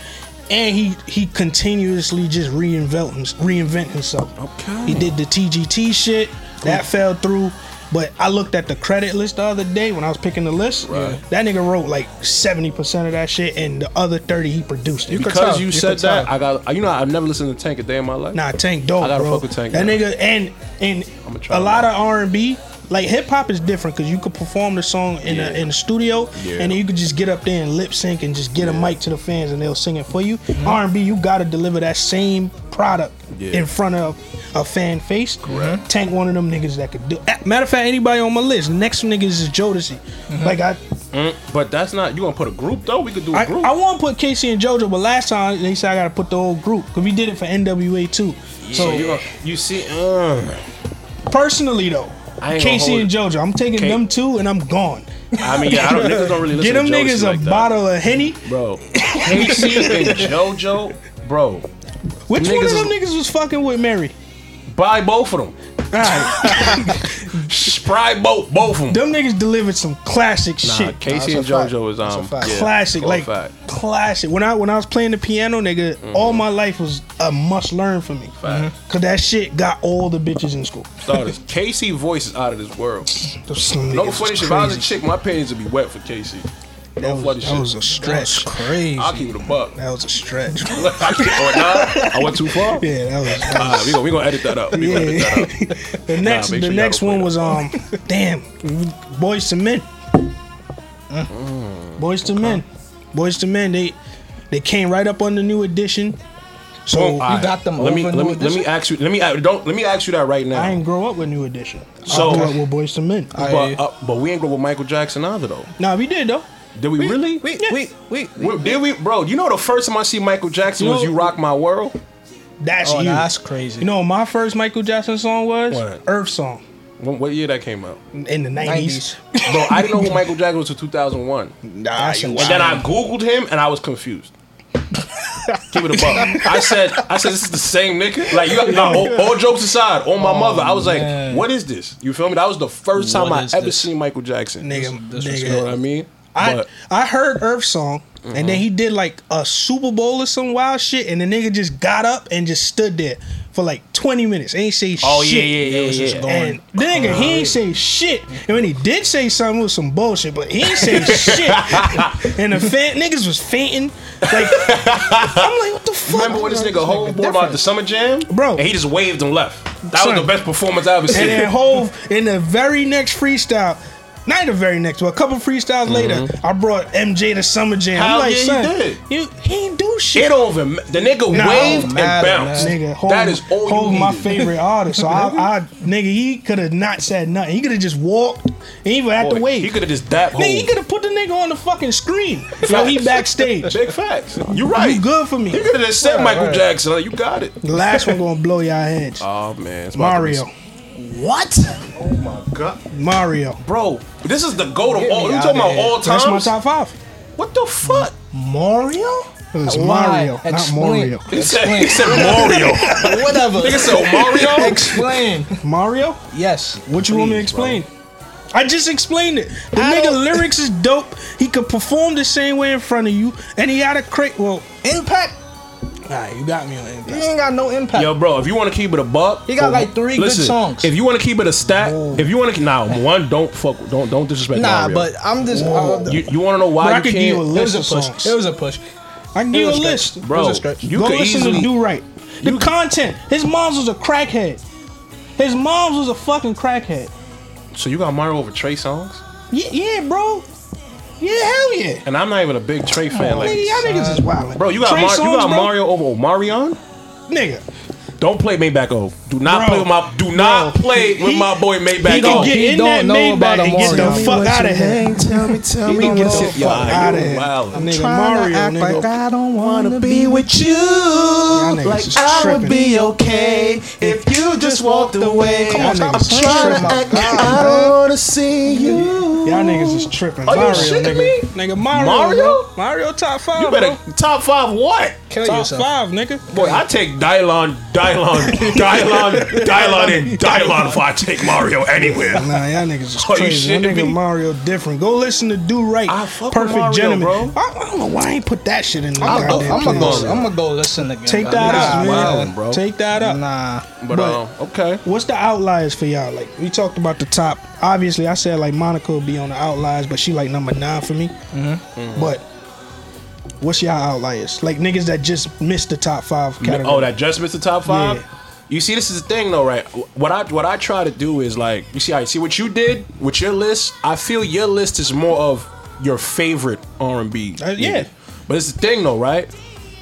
Speaker 1: and he he continuously just reinvent hims- reinvent himself.
Speaker 2: Okay.
Speaker 1: He did the TGT shit that fell through. But I looked at the credit list the other day when I was picking the list.
Speaker 2: Right.
Speaker 1: That nigga wrote like seventy percent of that shit, and the other thirty he produced. It.
Speaker 2: Because you,
Speaker 3: you
Speaker 2: said
Speaker 3: could
Speaker 2: that,
Speaker 3: tell.
Speaker 2: I got you know I've never listened to Tank a day in my life.
Speaker 1: Nah, Tank dope,
Speaker 2: I gotta
Speaker 1: bro.
Speaker 2: fuck with Tank,
Speaker 1: That
Speaker 2: man.
Speaker 1: nigga and and
Speaker 2: I'ma try
Speaker 1: a
Speaker 2: him
Speaker 1: lot
Speaker 2: out.
Speaker 1: of R and B, like hip hop is different because you could perform the song in
Speaker 2: Yeah.
Speaker 1: a in the studio,
Speaker 2: Yeah.
Speaker 1: and then you could just get up there and lip sync and just get a mic to the fans and they'll sing it for you. R and B, you gotta deliver that same product
Speaker 2: Mm-hmm. Yeah.
Speaker 1: in front of a fan face. Correct. Tank one of them niggas that could do. eh, Matter of fact, anybody on my list, next niggas is Jodeci.
Speaker 2: Mm-hmm.
Speaker 1: Like I,
Speaker 2: But that's not you gonna put a group though. We could do a
Speaker 1: I,
Speaker 2: group.
Speaker 1: I want to put Casey and JoJo, but last time they said I gotta put the whole group because we did it for NWA too.
Speaker 2: so you gonna, you see, uh,
Speaker 1: Personally though,
Speaker 2: I ain't
Speaker 1: Casey
Speaker 2: gonna
Speaker 1: and
Speaker 2: hold-
Speaker 1: JoJo, I'm taking
Speaker 2: Ca-
Speaker 1: them two and I'm gone.
Speaker 2: I mean, yeah, I don't, niggas don't really listen.
Speaker 1: Get them
Speaker 2: to Jodeci
Speaker 1: niggas a
Speaker 2: like that.
Speaker 1: bottle of Henny.
Speaker 2: bro. Casey and JoJo, bro.
Speaker 1: Which
Speaker 2: Them
Speaker 1: one of
Speaker 2: niggas
Speaker 1: them
Speaker 2: is-
Speaker 1: niggas was fucking with Mary?
Speaker 2: Buy both of them.
Speaker 1: Alright,
Speaker 2: Spry both both of them.
Speaker 1: them niggas delivered some classic shit.
Speaker 2: Casey
Speaker 3: Nah,
Speaker 2: and
Speaker 3: that's a fact.
Speaker 2: JoJo is
Speaker 3: That's a
Speaker 2: um
Speaker 3: fact.
Speaker 2: yeah,
Speaker 1: classic,
Speaker 2: full
Speaker 1: like
Speaker 2: fact. Mm-hmm.
Speaker 1: classic. When I when I was playing the piano, nigga, all my life was a must learn for me.
Speaker 2: Fact. Mm-hmm.
Speaker 1: Cause that shit got all the bitches in school.
Speaker 2: starters. Casey voice is out of this world.
Speaker 1: Those some niggas
Speaker 2: No
Speaker 1: was
Speaker 2: funny shit. If I was a
Speaker 1: crazy.
Speaker 2: chick, my pants would be wet for Casey. No
Speaker 1: That was,
Speaker 2: funny
Speaker 1: that was a
Speaker 2: shit.
Speaker 1: stretch.
Speaker 3: crazy.
Speaker 2: I'll keep it a buck.
Speaker 1: That was a stretch.
Speaker 2: Or not. I went too far.
Speaker 1: yeah, that was.
Speaker 2: Nah, we gonna we gonna edit that up. We gonna edit that
Speaker 1: Yeah.
Speaker 2: up.
Speaker 1: the next,
Speaker 2: make sure
Speaker 1: the
Speaker 2: y'all
Speaker 1: next
Speaker 2: don't
Speaker 1: one
Speaker 2: play
Speaker 1: was um, damn, boys to men.
Speaker 2: Mm.
Speaker 1: Boys to men, boys to men. They they came right up on the new edition. So
Speaker 2: All right.
Speaker 3: got them
Speaker 2: Let me
Speaker 3: over
Speaker 2: let
Speaker 3: New
Speaker 2: me let me
Speaker 3: Edition?
Speaker 2: ask you. Let me I- don't let me ask you that right now.
Speaker 1: I didn't grow up with new edition.
Speaker 2: So-
Speaker 1: I grew up with boys to men.
Speaker 3: I-
Speaker 2: But uh, but we ain't go with Michael Jackson either though.
Speaker 1: nah, we did though.
Speaker 2: Did we, really?
Speaker 3: Wait,
Speaker 1: Yeah.
Speaker 3: wait, wait.
Speaker 2: We- did we, bro? You know the first time I see Michael Jackson was
Speaker 1: No.
Speaker 2: "You Rock My World."
Speaker 1: That's
Speaker 3: Oh,
Speaker 1: you.
Speaker 3: that's crazy.
Speaker 1: You know, what my first Michael Jackson song was
Speaker 2: What?
Speaker 1: Earth Song
Speaker 2: When, what year that came out,
Speaker 1: in the nineties.
Speaker 2: bro? I didn't know who Michael Jackson was until 2001, and
Speaker 1: Nah,
Speaker 2: then I googled him and I was confused. Keep it a buck. I said, I said, this is the same nigga. Like, you got, no, all, all jokes aside, on
Speaker 1: Oh,
Speaker 2: my mother, I was like,
Speaker 3: man.
Speaker 2: what is this? You feel me? That was the first time
Speaker 3: What
Speaker 2: I
Speaker 3: is
Speaker 2: ever
Speaker 3: this?
Speaker 2: seen Michael Jackson.
Speaker 1: nigga,
Speaker 3: This was
Speaker 2: You know what
Speaker 1: nigga.
Speaker 2: I mean?
Speaker 1: I,
Speaker 2: But- Mm-hmm.
Speaker 1: I heard Earth Song, and then he did like a Super Bowl or some wild shit, and the nigga just got up and just stood there for like 20 minutes. Ain't say
Speaker 2: oh
Speaker 1: shit.
Speaker 2: yeah, yeah, yeah, yeah.
Speaker 1: And the nigga, he ain't say shit. And when he did say something, it was some bullshit, but he ain't say shit. And the fan, niggas was fainting. Like, I'm like, what the fuck?
Speaker 2: Remember when this nigga homeboy about the summer jam,
Speaker 1: Bro.
Speaker 2: And he just waved and left. That
Speaker 1: Son.
Speaker 2: was the best performance I ever
Speaker 1: And then
Speaker 2: seen.
Speaker 1: Hove in the very next freestyle, not the very next, but a couple freestyles later, I brought MJ to Summer Jam.
Speaker 2: Mm-hmm. Hell
Speaker 1: I'm like,
Speaker 2: yeah, you
Speaker 1: son,
Speaker 2: did.
Speaker 1: you, he ain't do shit.
Speaker 2: It don't even. ma- The nigga
Speaker 1: Nah,
Speaker 2: waved and
Speaker 3: matter,
Speaker 2: bounced.
Speaker 1: Nigga,
Speaker 2: that is all
Speaker 1: Hov
Speaker 2: you
Speaker 1: my
Speaker 2: needed.
Speaker 1: favorite artist. So I, I, nigga, he could have not said nothing. He could have just walked He even had to
Speaker 2: Boy,
Speaker 1: wait.
Speaker 2: He could have just that home.
Speaker 1: Nigga, he could have put the nigga on the fucking screen. Yo, he backstage.
Speaker 2: Big facts. You right.
Speaker 1: You good for me.
Speaker 2: He could have just said Michael Jackson. Like, you got it.
Speaker 1: The last one gonna blow y'all heads.
Speaker 2: Oh man, it's about to be-
Speaker 1: Mario.
Speaker 3: What?
Speaker 2: Oh my god,
Speaker 1: Mario.
Speaker 2: bro, this is the goat of
Speaker 3: Get
Speaker 2: all.
Speaker 3: me
Speaker 2: You talking
Speaker 3: outta
Speaker 2: about
Speaker 3: here.
Speaker 2: all time?
Speaker 1: That's my top five.
Speaker 2: What the fuck?
Speaker 3: Mario?
Speaker 1: It was
Speaker 3: Why?
Speaker 1: Mario, not
Speaker 3: Explain.
Speaker 1: Mario.
Speaker 2: He said, he said Mario.
Speaker 3: Whatever.
Speaker 2: Nigga said "Oh, Mario.
Speaker 3: Explain.
Speaker 1: Mario?
Speaker 3: Yes.
Speaker 1: What you want me
Speaker 3: Please,
Speaker 1: to
Speaker 3: bro.
Speaker 1: explain? I just explained it. The
Speaker 3: I
Speaker 1: nigga
Speaker 3: don't-
Speaker 1: lyrics is dope. He could perform the same way in front of you, and he had a crate. Well,
Speaker 3: Impact?
Speaker 1: alright, you got me on
Speaker 3: He
Speaker 1: impact.
Speaker 3: ain't got no impact.
Speaker 2: Yo, bro, if you want to keep it a buck,
Speaker 3: He got, like, three good songs.
Speaker 2: If you want to keep it a stat,
Speaker 3: Whoa.
Speaker 2: if you want to, now one, don't fuck, don't don't disrespect
Speaker 3: nah,
Speaker 2: Mario.
Speaker 3: but I'm just. I'm-
Speaker 2: you, you want to know why
Speaker 1: But
Speaker 2: you
Speaker 1: I could give
Speaker 2: can't?
Speaker 1: you
Speaker 3: it
Speaker 1: a
Speaker 3: was
Speaker 1: list
Speaker 3: a
Speaker 1: of
Speaker 3: push.
Speaker 1: songs.
Speaker 3: It was a push.
Speaker 1: I can give you a
Speaker 3: was good.
Speaker 1: list.
Speaker 3: It
Speaker 2: bro,
Speaker 3: was a stretch.
Speaker 2: you
Speaker 1: Go
Speaker 2: could
Speaker 1: listen
Speaker 2: easily
Speaker 1: to Do Right. The content. His mom's was a crackhead. His mom's was a fucking crackhead.
Speaker 2: So you got Mario over Trey songs,
Speaker 1: Yeah, yeah bro. Yeah, hell yeah.
Speaker 2: and I'm not even a big Trey fan. Like,
Speaker 1: Nigga, y'all niggas is wild.
Speaker 2: bro, you got
Speaker 1: Trey
Speaker 2: Mar- you
Speaker 1: Songz,
Speaker 2: got
Speaker 1: bro?
Speaker 2: Mario over Omarion.
Speaker 1: Nigga,
Speaker 2: Don't play Maybach O. Do not
Speaker 1: Bro.
Speaker 2: play with my. Do not
Speaker 1: Bro.
Speaker 2: play with
Speaker 1: He-
Speaker 2: my boy
Speaker 1: he
Speaker 2: Maybach
Speaker 1: can
Speaker 2: O.
Speaker 1: get
Speaker 3: He
Speaker 1: in
Speaker 3: don't
Speaker 1: that
Speaker 3: know about
Speaker 1: Maybach and
Speaker 3: Omarion.
Speaker 1: get the
Speaker 3: Tell
Speaker 1: fuck out of here.
Speaker 7: Tell me, tell me,
Speaker 1: don't
Speaker 7: what
Speaker 1: get the
Speaker 7: you
Speaker 1: fuck
Speaker 2: Yo,
Speaker 7: want.
Speaker 1: outta
Speaker 2: you
Speaker 1: here.
Speaker 2: wild.
Speaker 1: Nigga,
Speaker 7: Tryna
Speaker 1: Mario,
Speaker 7: act
Speaker 1: nigga.
Speaker 7: like I don't wanna be with you.
Speaker 1: niggas
Speaker 7: Like
Speaker 1: is
Speaker 7: I would
Speaker 1: tripping.
Speaker 7: be okay if you just walked away.
Speaker 1: Come on,
Speaker 7: I'm
Speaker 1: niggas is
Speaker 7: tryna
Speaker 1: tripping.
Speaker 7: act like I don't wanna see you.
Speaker 1: Y'all niggas is tripping.
Speaker 2: Are you
Speaker 1: Mario,
Speaker 2: shitting
Speaker 1: nigga.
Speaker 2: me?
Speaker 1: Nigga, Mario.
Speaker 2: Mario?
Speaker 1: bro. Mario top five.
Speaker 2: You
Speaker 1: bro.
Speaker 2: better top five what?
Speaker 3: Kill
Speaker 1: top
Speaker 3: yourself.
Speaker 1: five, nigga.
Speaker 2: Boy, I take Dylon, Dylon, Dylon, Dylon, and Dylon if I take Mario anywhere.
Speaker 1: Nah, y'all niggas is
Speaker 2: Are you
Speaker 1: crazy. That
Speaker 2: shitting
Speaker 1: nigga
Speaker 2: me?
Speaker 1: Mario different. Go listen to Do Right.
Speaker 2: I fuck with
Speaker 1: Perfect
Speaker 2: Mario,
Speaker 1: gentleman.
Speaker 2: bro.
Speaker 1: I, I don't know why I ain't put that shit in the
Speaker 3: I'm
Speaker 1: goddamn
Speaker 3: gonna go.
Speaker 1: playlist.
Speaker 3: I'm gonna go listen again.
Speaker 1: Take
Speaker 3: bro.
Speaker 1: that
Speaker 3: Nah,
Speaker 1: up, man.
Speaker 2: wildin', bro.
Speaker 1: Take that up.
Speaker 3: Nah.
Speaker 2: But, um, okay.
Speaker 1: What's the outliers for y'all? Like we talked about the top. Obviously, I said like Monica would be on the outliers, but she like number nine for me.
Speaker 2: Mm-hmm.
Speaker 1: But what's y'all outliers? Like niggas that just missed the top five category.
Speaker 2: Oh, that just missed the top five.
Speaker 1: Yeah.
Speaker 2: You see, this is the thing, though, right? What I what I try to do is like, you see, I see what you did with your list. I feel your list is more of your favorite R and B.
Speaker 1: Uh, yeah.
Speaker 2: but it's the thing, though, right?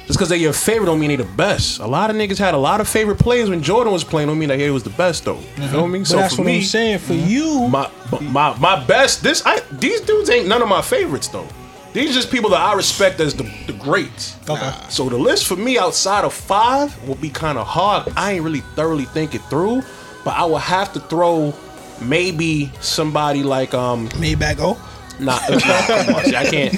Speaker 2: Just because they're your favorite don't mean they the best. A lot of niggas had a lot of favorite players when Jordan was playing. Don't mean that he was the best, though. You feel me?
Speaker 1: But that's what I'm saying. For you,
Speaker 2: my my my best. This I these dudes ain't none of my favorites though. These just people that I respect as the, the greats.
Speaker 1: Okay.
Speaker 2: So the list for me outside of five will be kind of hard. I ain't really thoroughly think it through, but I will have to throw maybe somebody like um
Speaker 1: Maybach. Oh,
Speaker 2: nah, nah, come on, see, I can't.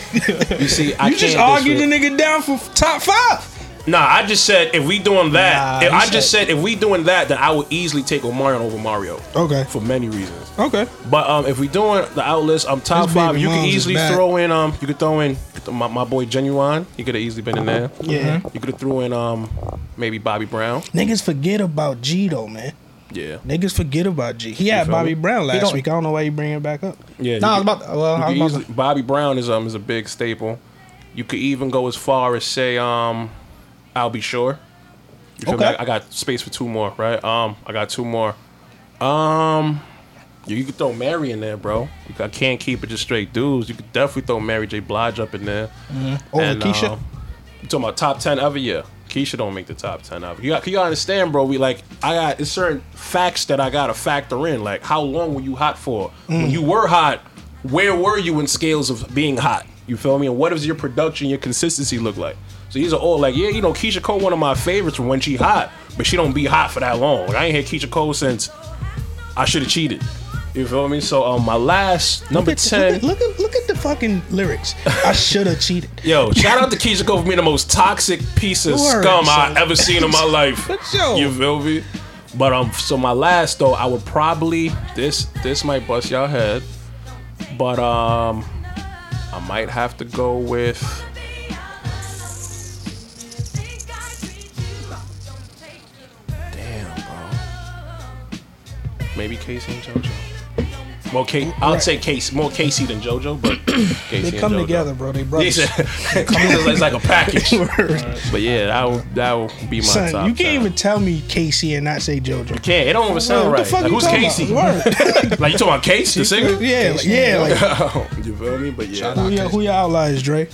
Speaker 2: You see, I
Speaker 1: you
Speaker 2: can't diss
Speaker 1: just argued
Speaker 2: with-
Speaker 1: the nigga down for f- top five.
Speaker 2: Nah, I just said if we doing that,
Speaker 3: Nah,
Speaker 2: if,
Speaker 3: you
Speaker 2: I just said if we doing that, then I would easily take Omarion over Mario
Speaker 1: Okay.
Speaker 2: for many reasons.
Speaker 1: Okay.
Speaker 2: But um, if we doing the outlist, I'm top
Speaker 1: This
Speaker 2: five.
Speaker 1: baby
Speaker 2: You can
Speaker 1: mom's is
Speaker 2: easily
Speaker 1: back.
Speaker 2: throw in um, you could throw in my, my boy Genuine. He could have easily been in there.
Speaker 1: Yeah.
Speaker 2: You could have threw in um, maybe Bobby Brown.
Speaker 1: Niggas forget about G though, man.
Speaker 2: Yeah,
Speaker 1: Niggas forget about G. He had
Speaker 2: feel
Speaker 1: Bobby
Speaker 2: me?
Speaker 1: Brown last
Speaker 3: don't-
Speaker 1: week. I don't know why you bring it back up.
Speaker 2: yeah.
Speaker 3: Nah, I was
Speaker 2: you
Speaker 3: about.
Speaker 2: could-
Speaker 3: well,
Speaker 2: you
Speaker 3: I was about
Speaker 2: could
Speaker 3: to-
Speaker 2: easily- Bobby Brown is um is a big staple. You could even go as far as say um, I'll be sure. You feel me?
Speaker 1: Okay.
Speaker 2: I, I got space for two more, right? Um, I got two more. Um, you, you could throw Mary in there, bro. You could- I can't keep it just straight dudes. You could definitely throw Mary J. Blige up in there.
Speaker 1: Over
Speaker 2: And,
Speaker 1: Keisha.
Speaker 2: um, you talking about top ten ever? Yeah. Keisha don't make the top ten ever. You got, you gotta understand, bro. We like I got it's certain facts that I gotta factor in. Like how long were you hot for? When you were hot, where were you in scales of being hot? You feel me? And what does your production, your consistency look like? So these are all like, yeah, you know, Keisha Cole, one of my favorites when she hot, but she don't be hot for that long. Like, I ain't had Keisha Cole since I should have cheated. You feel me? So um, my last number
Speaker 1: Look at-
Speaker 2: ten.
Speaker 1: Look at, look at look at the fucking lyrics. I should have cheated.
Speaker 2: Yo, shout out to Keisha Cole for being the most toxic piece of
Speaker 1: Word,
Speaker 2: scum I
Speaker 1: son.
Speaker 2: ever seen in my life.
Speaker 1: yo.
Speaker 2: You feel me? But um, so my last though, I would probably this this might bust y'all head, but um, I might have to go with damn, bro. Maybe Casey and JoJo. More Casey, I would say Casey, more Casey than JoJo, but Casey
Speaker 1: They come
Speaker 2: and JoJo.
Speaker 1: together, bro. They
Speaker 2: He said,
Speaker 1: brothers.
Speaker 2: it's like a package. But yeah, that would that would be my
Speaker 1: Son,
Speaker 2: top.
Speaker 1: you can't
Speaker 2: ten.
Speaker 1: even tell me Casey and not say JoJo.
Speaker 2: Can't. It don't even sound
Speaker 1: what
Speaker 2: right.
Speaker 1: the fuck
Speaker 2: Like,
Speaker 1: you
Speaker 2: who's
Speaker 1: talking
Speaker 2: Casey?
Speaker 1: about? Word.
Speaker 2: Like you talking about Casey, the singer?
Speaker 1: yeah, like, yeah. Like,
Speaker 2: you feel me? But yeah,
Speaker 3: Shout out.
Speaker 1: who, your, who your outliers, Dre?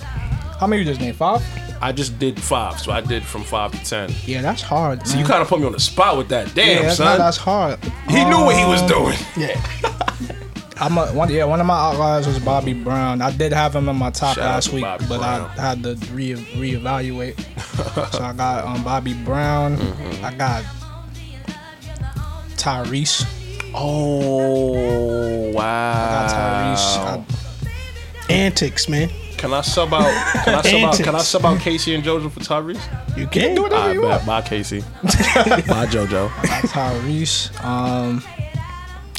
Speaker 3: How many you just named? Five?
Speaker 2: I just did five, so I did from five to ten.
Speaker 3: Yeah, that's hard.
Speaker 2: So you kind of put me on the spot with that. Damn,
Speaker 3: yeah, that's, not,
Speaker 2: son.
Speaker 1: Oh.
Speaker 3: that's hard.
Speaker 2: he knew what he was doing.
Speaker 1: Yeah.
Speaker 3: Uh, I'm a, one, yeah, one of my outliers was Bobby Brown. I did have him in my top
Speaker 2: Shout out
Speaker 3: last
Speaker 2: to
Speaker 3: week,
Speaker 2: Bobby
Speaker 3: but
Speaker 2: Brown.
Speaker 3: I had to re reevaluate. so I got um, Bobby Brown.
Speaker 2: Mm-hmm.
Speaker 3: I got Tyrese.
Speaker 2: Oh
Speaker 3: I got
Speaker 2: wow!
Speaker 3: Tyrese.
Speaker 1: Antics, man.
Speaker 2: Can I sub out? Can I sub out? Can I
Speaker 1: Antics.
Speaker 2: sub out Casey and JoJo for Tyrese?
Speaker 1: You can't do it.
Speaker 2: I bet. Bye, Casey. Bye,
Speaker 3: I,
Speaker 2: JoJo.
Speaker 3: Tyrese. Um,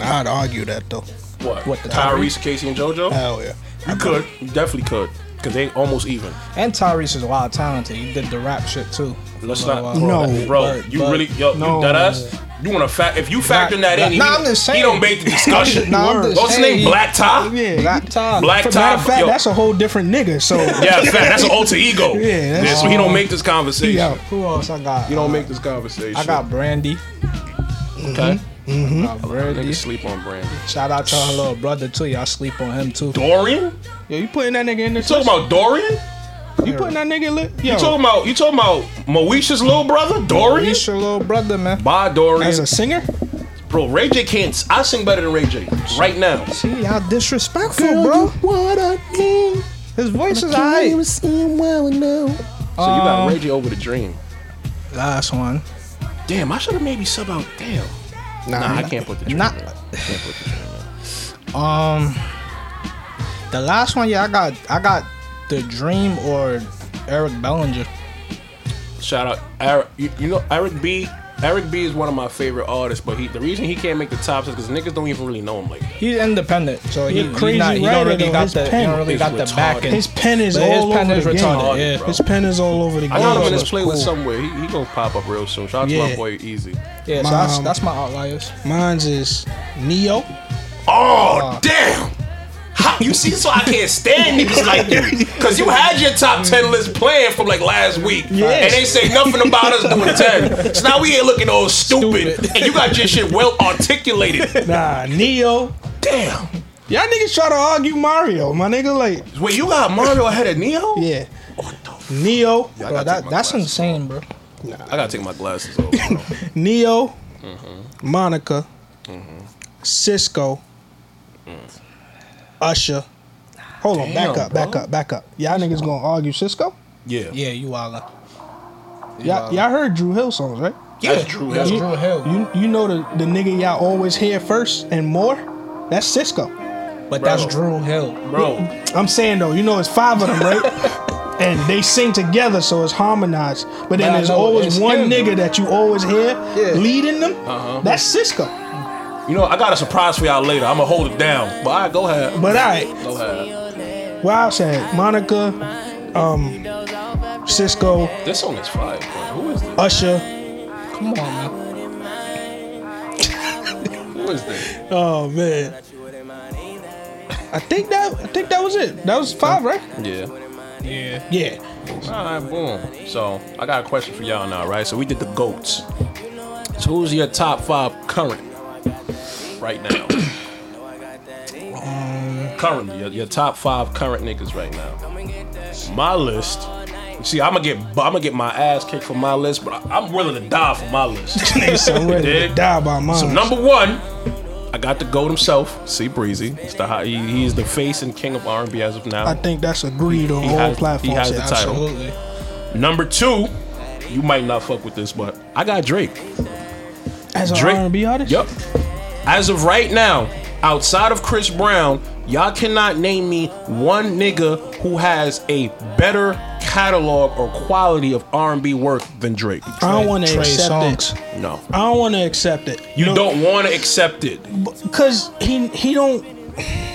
Speaker 1: I'd argue that though.
Speaker 2: What?
Speaker 3: What, the
Speaker 2: Tyrese, Casey, and JoJo?
Speaker 1: Hell yeah.
Speaker 2: you could. You definitely could. Cause they almost even.
Speaker 3: and Tyrese is a lot of talented. He did the rap shit too.
Speaker 2: Let's
Speaker 3: But,
Speaker 2: not.
Speaker 3: uh,
Speaker 2: bro,
Speaker 1: No,
Speaker 2: that- bro.
Speaker 3: but-
Speaker 2: you
Speaker 3: but-
Speaker 2: really yo
Speaker 3: no.
Speaker 2: you deadass. You want to fact? If you factor that in,
Speaker 3: nah,
Speaker 2: he,
Speaker 3: I'm just
Speaker 2: he
Speaker 3: saying.
Speaker 2: don't make the discussion.
Speaker 3: Nah, I'm just
Speaker 2: What's his name?
Speaker 3: saying.
Speaker 2: Black Tie.
Speaker 1: Yeah.
Speaker 3: Black Tie.
Speaker 2: Ah. Black
Speaker 1: For matter
Speaker 2: Tie.
Speaker 1: of fact,
Speaker 2: yo,
Speaker 1: that's a whole different nigga. So
Speaker 2: yeah, fact. That's an alter ego.
Speaker 1: Yeah,
Speaker 2: yeah.
Speaker 1: that's-
Speaker 2: So he don't make this conversation.
Speaker 1: Yeah.
Speaker 3: Who else I got?
Speaker 2: He don't make this conversation.
Speaker 3: I got Brandy.
Speaker 2: okay.
Speaker 3: I got Brandy.
Speaker 2: Niggas sleep on Brandon.
Speaker 3: Shout out to her little brother too. Y'all sleep on him too.
Speaker 2: Dorian?
Speaker 1: yo, you putting that nigga in the
Speaker 2: You talking about Dorian?
Speaker 1: You putting that nigga in li- yo.
Speaker 2: You talking about you talking about Moesha's little brother, Dorian?
Speaker 3: He's your little brother, man.
Speaker 2: Bye, Dorian.
Speaker 1: as a singer?
Speaker 2: Bro, Ray J can't. s- I sing better than Ray J right now.
Speaker 3: See, y'all disrespectful, bro.
Speaker 7: What I need.
Speaker 3: His voice is
Speaker 7: Can you
Speaker 3: alright.
Speaker 7: sing well enough?
Speaker 2: So you got Ray J over the dream.
Speaker 3: Last one.
Speaker 2: Damn, I should have maybe sub out. Damn. Nah, I can't put the dream.
Speaker 3: Not.
Speaker 2: in. Can't put the dream in.
Speaker 3: Um, the last one, yeah, I got, I got the Dream or Eric Bellinger.
Speaker 2: Shout out Eric. You, you know Eric B. Eric B. is one of my favorite artists, but he the reason he can't make the tops is because niggas don't even really know him like that.
Speaker 3: He's independent, so he,
Speaker 1: You're
Speaker 3: he's
Speaker 1: crazy
Speaker 3: not, he
Speaker 1: writer,
Speaker 3: don't really
Speaker 1: though.
Speaker 3: got
Speaker 1: His
Speaker 3: the, he
Speaker 1: pen
Speaker 3: don't really
Speaker 2: is
Speaker 3: got the
Speaker 2: retarded.
Speaker 3: backing.
Speaker 1: His pen is
Speaker 3: But his
Speaker 1: all
Speaker 3: pen
Speaker 1: over
Speaker 3: is
Speaker 1: the game.
Speaker 3: retarded,
Speaker 2: Retarded,
Speaker 3: yeah.
Speaker 2: bro.
Speaker 1: His pen is all over the game.
Speaker 2: I got him in
Speaker 1: so
Speaker 2: this
Speaker 1: it's
Speaker 2: playlist
Speaker 1: cool.
Speaker 2: somewhere. He, he gonna pop up real soon. Shout out to my
Speaker 1: Yeah.
Speaker 2: boy Easy.
Speaker 3: Yeah, so that's,
Speaker 1: Mom.
Speaker 3: that's my outliers.
Speaker 1: Mine's is Neo.
Speaker 2: Oh damn! How, you see, so I can't stand niggas like you, cause you had your top ten list planned from like last week,
Speaker 1: Yes.
Speaker 2: and they say nothing about us doing ten. So now we here looking all stupid, and you got your shit well articulated.
Speaker 1: Nah, Neo.
Speaker 2: Damn!
Speaker 1: Y'all niggas try to argue Mario, my nigga. Like,
Speaker 2: Wait, you got Mario ahead of Neo?
Speaker 1: yeah,
Speaker 2: What the f-
Speaker 1: Neo,
Speaker 2: Yeah,
Speaker 3: Bro,
Speaker 2: I gotta
Speaker 3: that,
Speaker 2: take my
Speaker 3: that's
Speaker 2: glasses.
Speaker 3: insane, bro.
Speaker 2: I gotta take my glasses off. bro.
Speaker 1: Neo,
Speaker 3: Mm-hmm.
Speaker 1: Monica, Cisco,
Speaker 3: Mm.
Speaker 1: Usher. Hold on, back
Speaker 2: Damn,
Speaker 1: up, back
Speaker 2: bro.
Speaker 1: up, back up. Y'all niggas gonna argue Cisco?
Speaker 2: Yeah,
Speaker 3: Yeah, you wildin'.
Speaker 1: Y'all, y'all heard Drew Hill songs, right?
Speaker 2: That's Drew Hill.
Speaker 3: Drew Hill.
Speaker 1: You you know the, the nigga y'all always hear first and more? That's Cisco.
Speaker 3: But that's Drew Hill.
Speaker 2: bro.
Speaker 1: I'm saying though, you know it's five of them, right? and they sing together, so it's harmonized. But then
Speaker 3: But I
Speaker 1: there's
Speaker 3: know
Speaker 1: always
Speaker 3: it's
Speaker 1: one
Speaker 3: him.
Speaker 1: nigga that you always hear
Speaker 3: Yeah. Uh-huh.
Speaker 1: leading them. That's Cisco.
Speaker 2: You know I got a surprise for y'all later. I'ma hold it down. But I go ahead.
Speaker 1: But alright,
Speaker 2: Go ahead.
Speaker 1: what I was saying, Monica, um, Cisco,
Speaker 2: This song is fire. Bro. Who is this?
Speaker 1: Usher.
Speaker 3: Come on, man.
Speaker 2: Who is this?
Speaker 1: Oh man. I think that I think that was it. That was five, right?
Speaker 2: Yeah.
Speaker 1: Yeah.
Speaker 2: All right, boom. So I got a question for y'all now, right? So we did the goats. So who's your top five current right now? Um, Currently, your, your top five current niggas right now. My list. you See, I'm gonna get I'm gonna get my ass kicked for my list, but I, am willing to die for my list.
Speaker 1: Nigga said I'm ready to
Speaker 2: Dig?
Speaker 1: die by mine.
Speaker 2: so number one, I got the goat himself, C Breezy. It's the high, he, he is the face and king of R&B as of now.
Speaker 1: I think that's agreed on
Speaker 2: He
Speaker 1: all
Speaker 2: has- he
Speaker 1: platforms.
Speaker 2: has the
Speaker 1: Yeah,
Speaker 2: title.
Speaker 1: Absolutely.
Speaker 2: Number two, you might not fuck with this, but I got Drake.
Speaker 1: As
Speaker 3: Uh,
Speaker 1: an
Speaker 2: Drake-
Speaker 1: R&B artist?
Speaker 2: Yep. As of right now, outside of Chris Brown, y'all cannot name me one nigga who has a better catalog or quality of R&B work than Drake.
Speaker 1: I
Speaker 3: Uh,
Speaker 1: don't want to
Speaker 3: Trey
Speaker 1: accept
Speaker 3: Songz.
Speaker 1: it.
Speaker 2: No.
Speaker 3: uh,
Speaker 1: I don't want to accept it.
Speaker 2: You don't want to accept it.
Speaker 1: because he he don't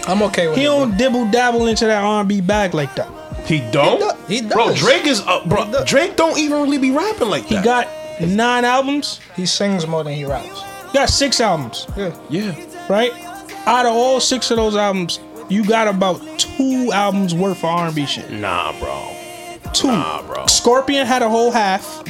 Speaker 3: I'm okay with
Speaker 1: he
Speaker 3: it.
Speaker 1: don't dibble dabble into that R&B bag like that.
Speaker 2: He don't.
Speaker 3: He do- he
Speaker 2: Bro,
Speaker 3: does.
Speaker 2: Drake is uh, bro.
Speaker 3: He does.
Speaker 2: Drake don't even really be rapping like
Speaker 1: He
Speaker 2: that.
Speaker 1: got nine albums.
Speaker 3: He sings more than he raps.
Speaker 1: He got six albums,
Speaker 3: Yeah.
Speaker 2: yeah.
Speaker 1: right? Out of all six of those albums, you got about two albums worth of R&B shit.
Speaker 2: Nah, bro.
Speaker 1: Two.
Speaker 2: Nah, Mm-hmm. bro.
Speaker 1: Scorpion had a whole half.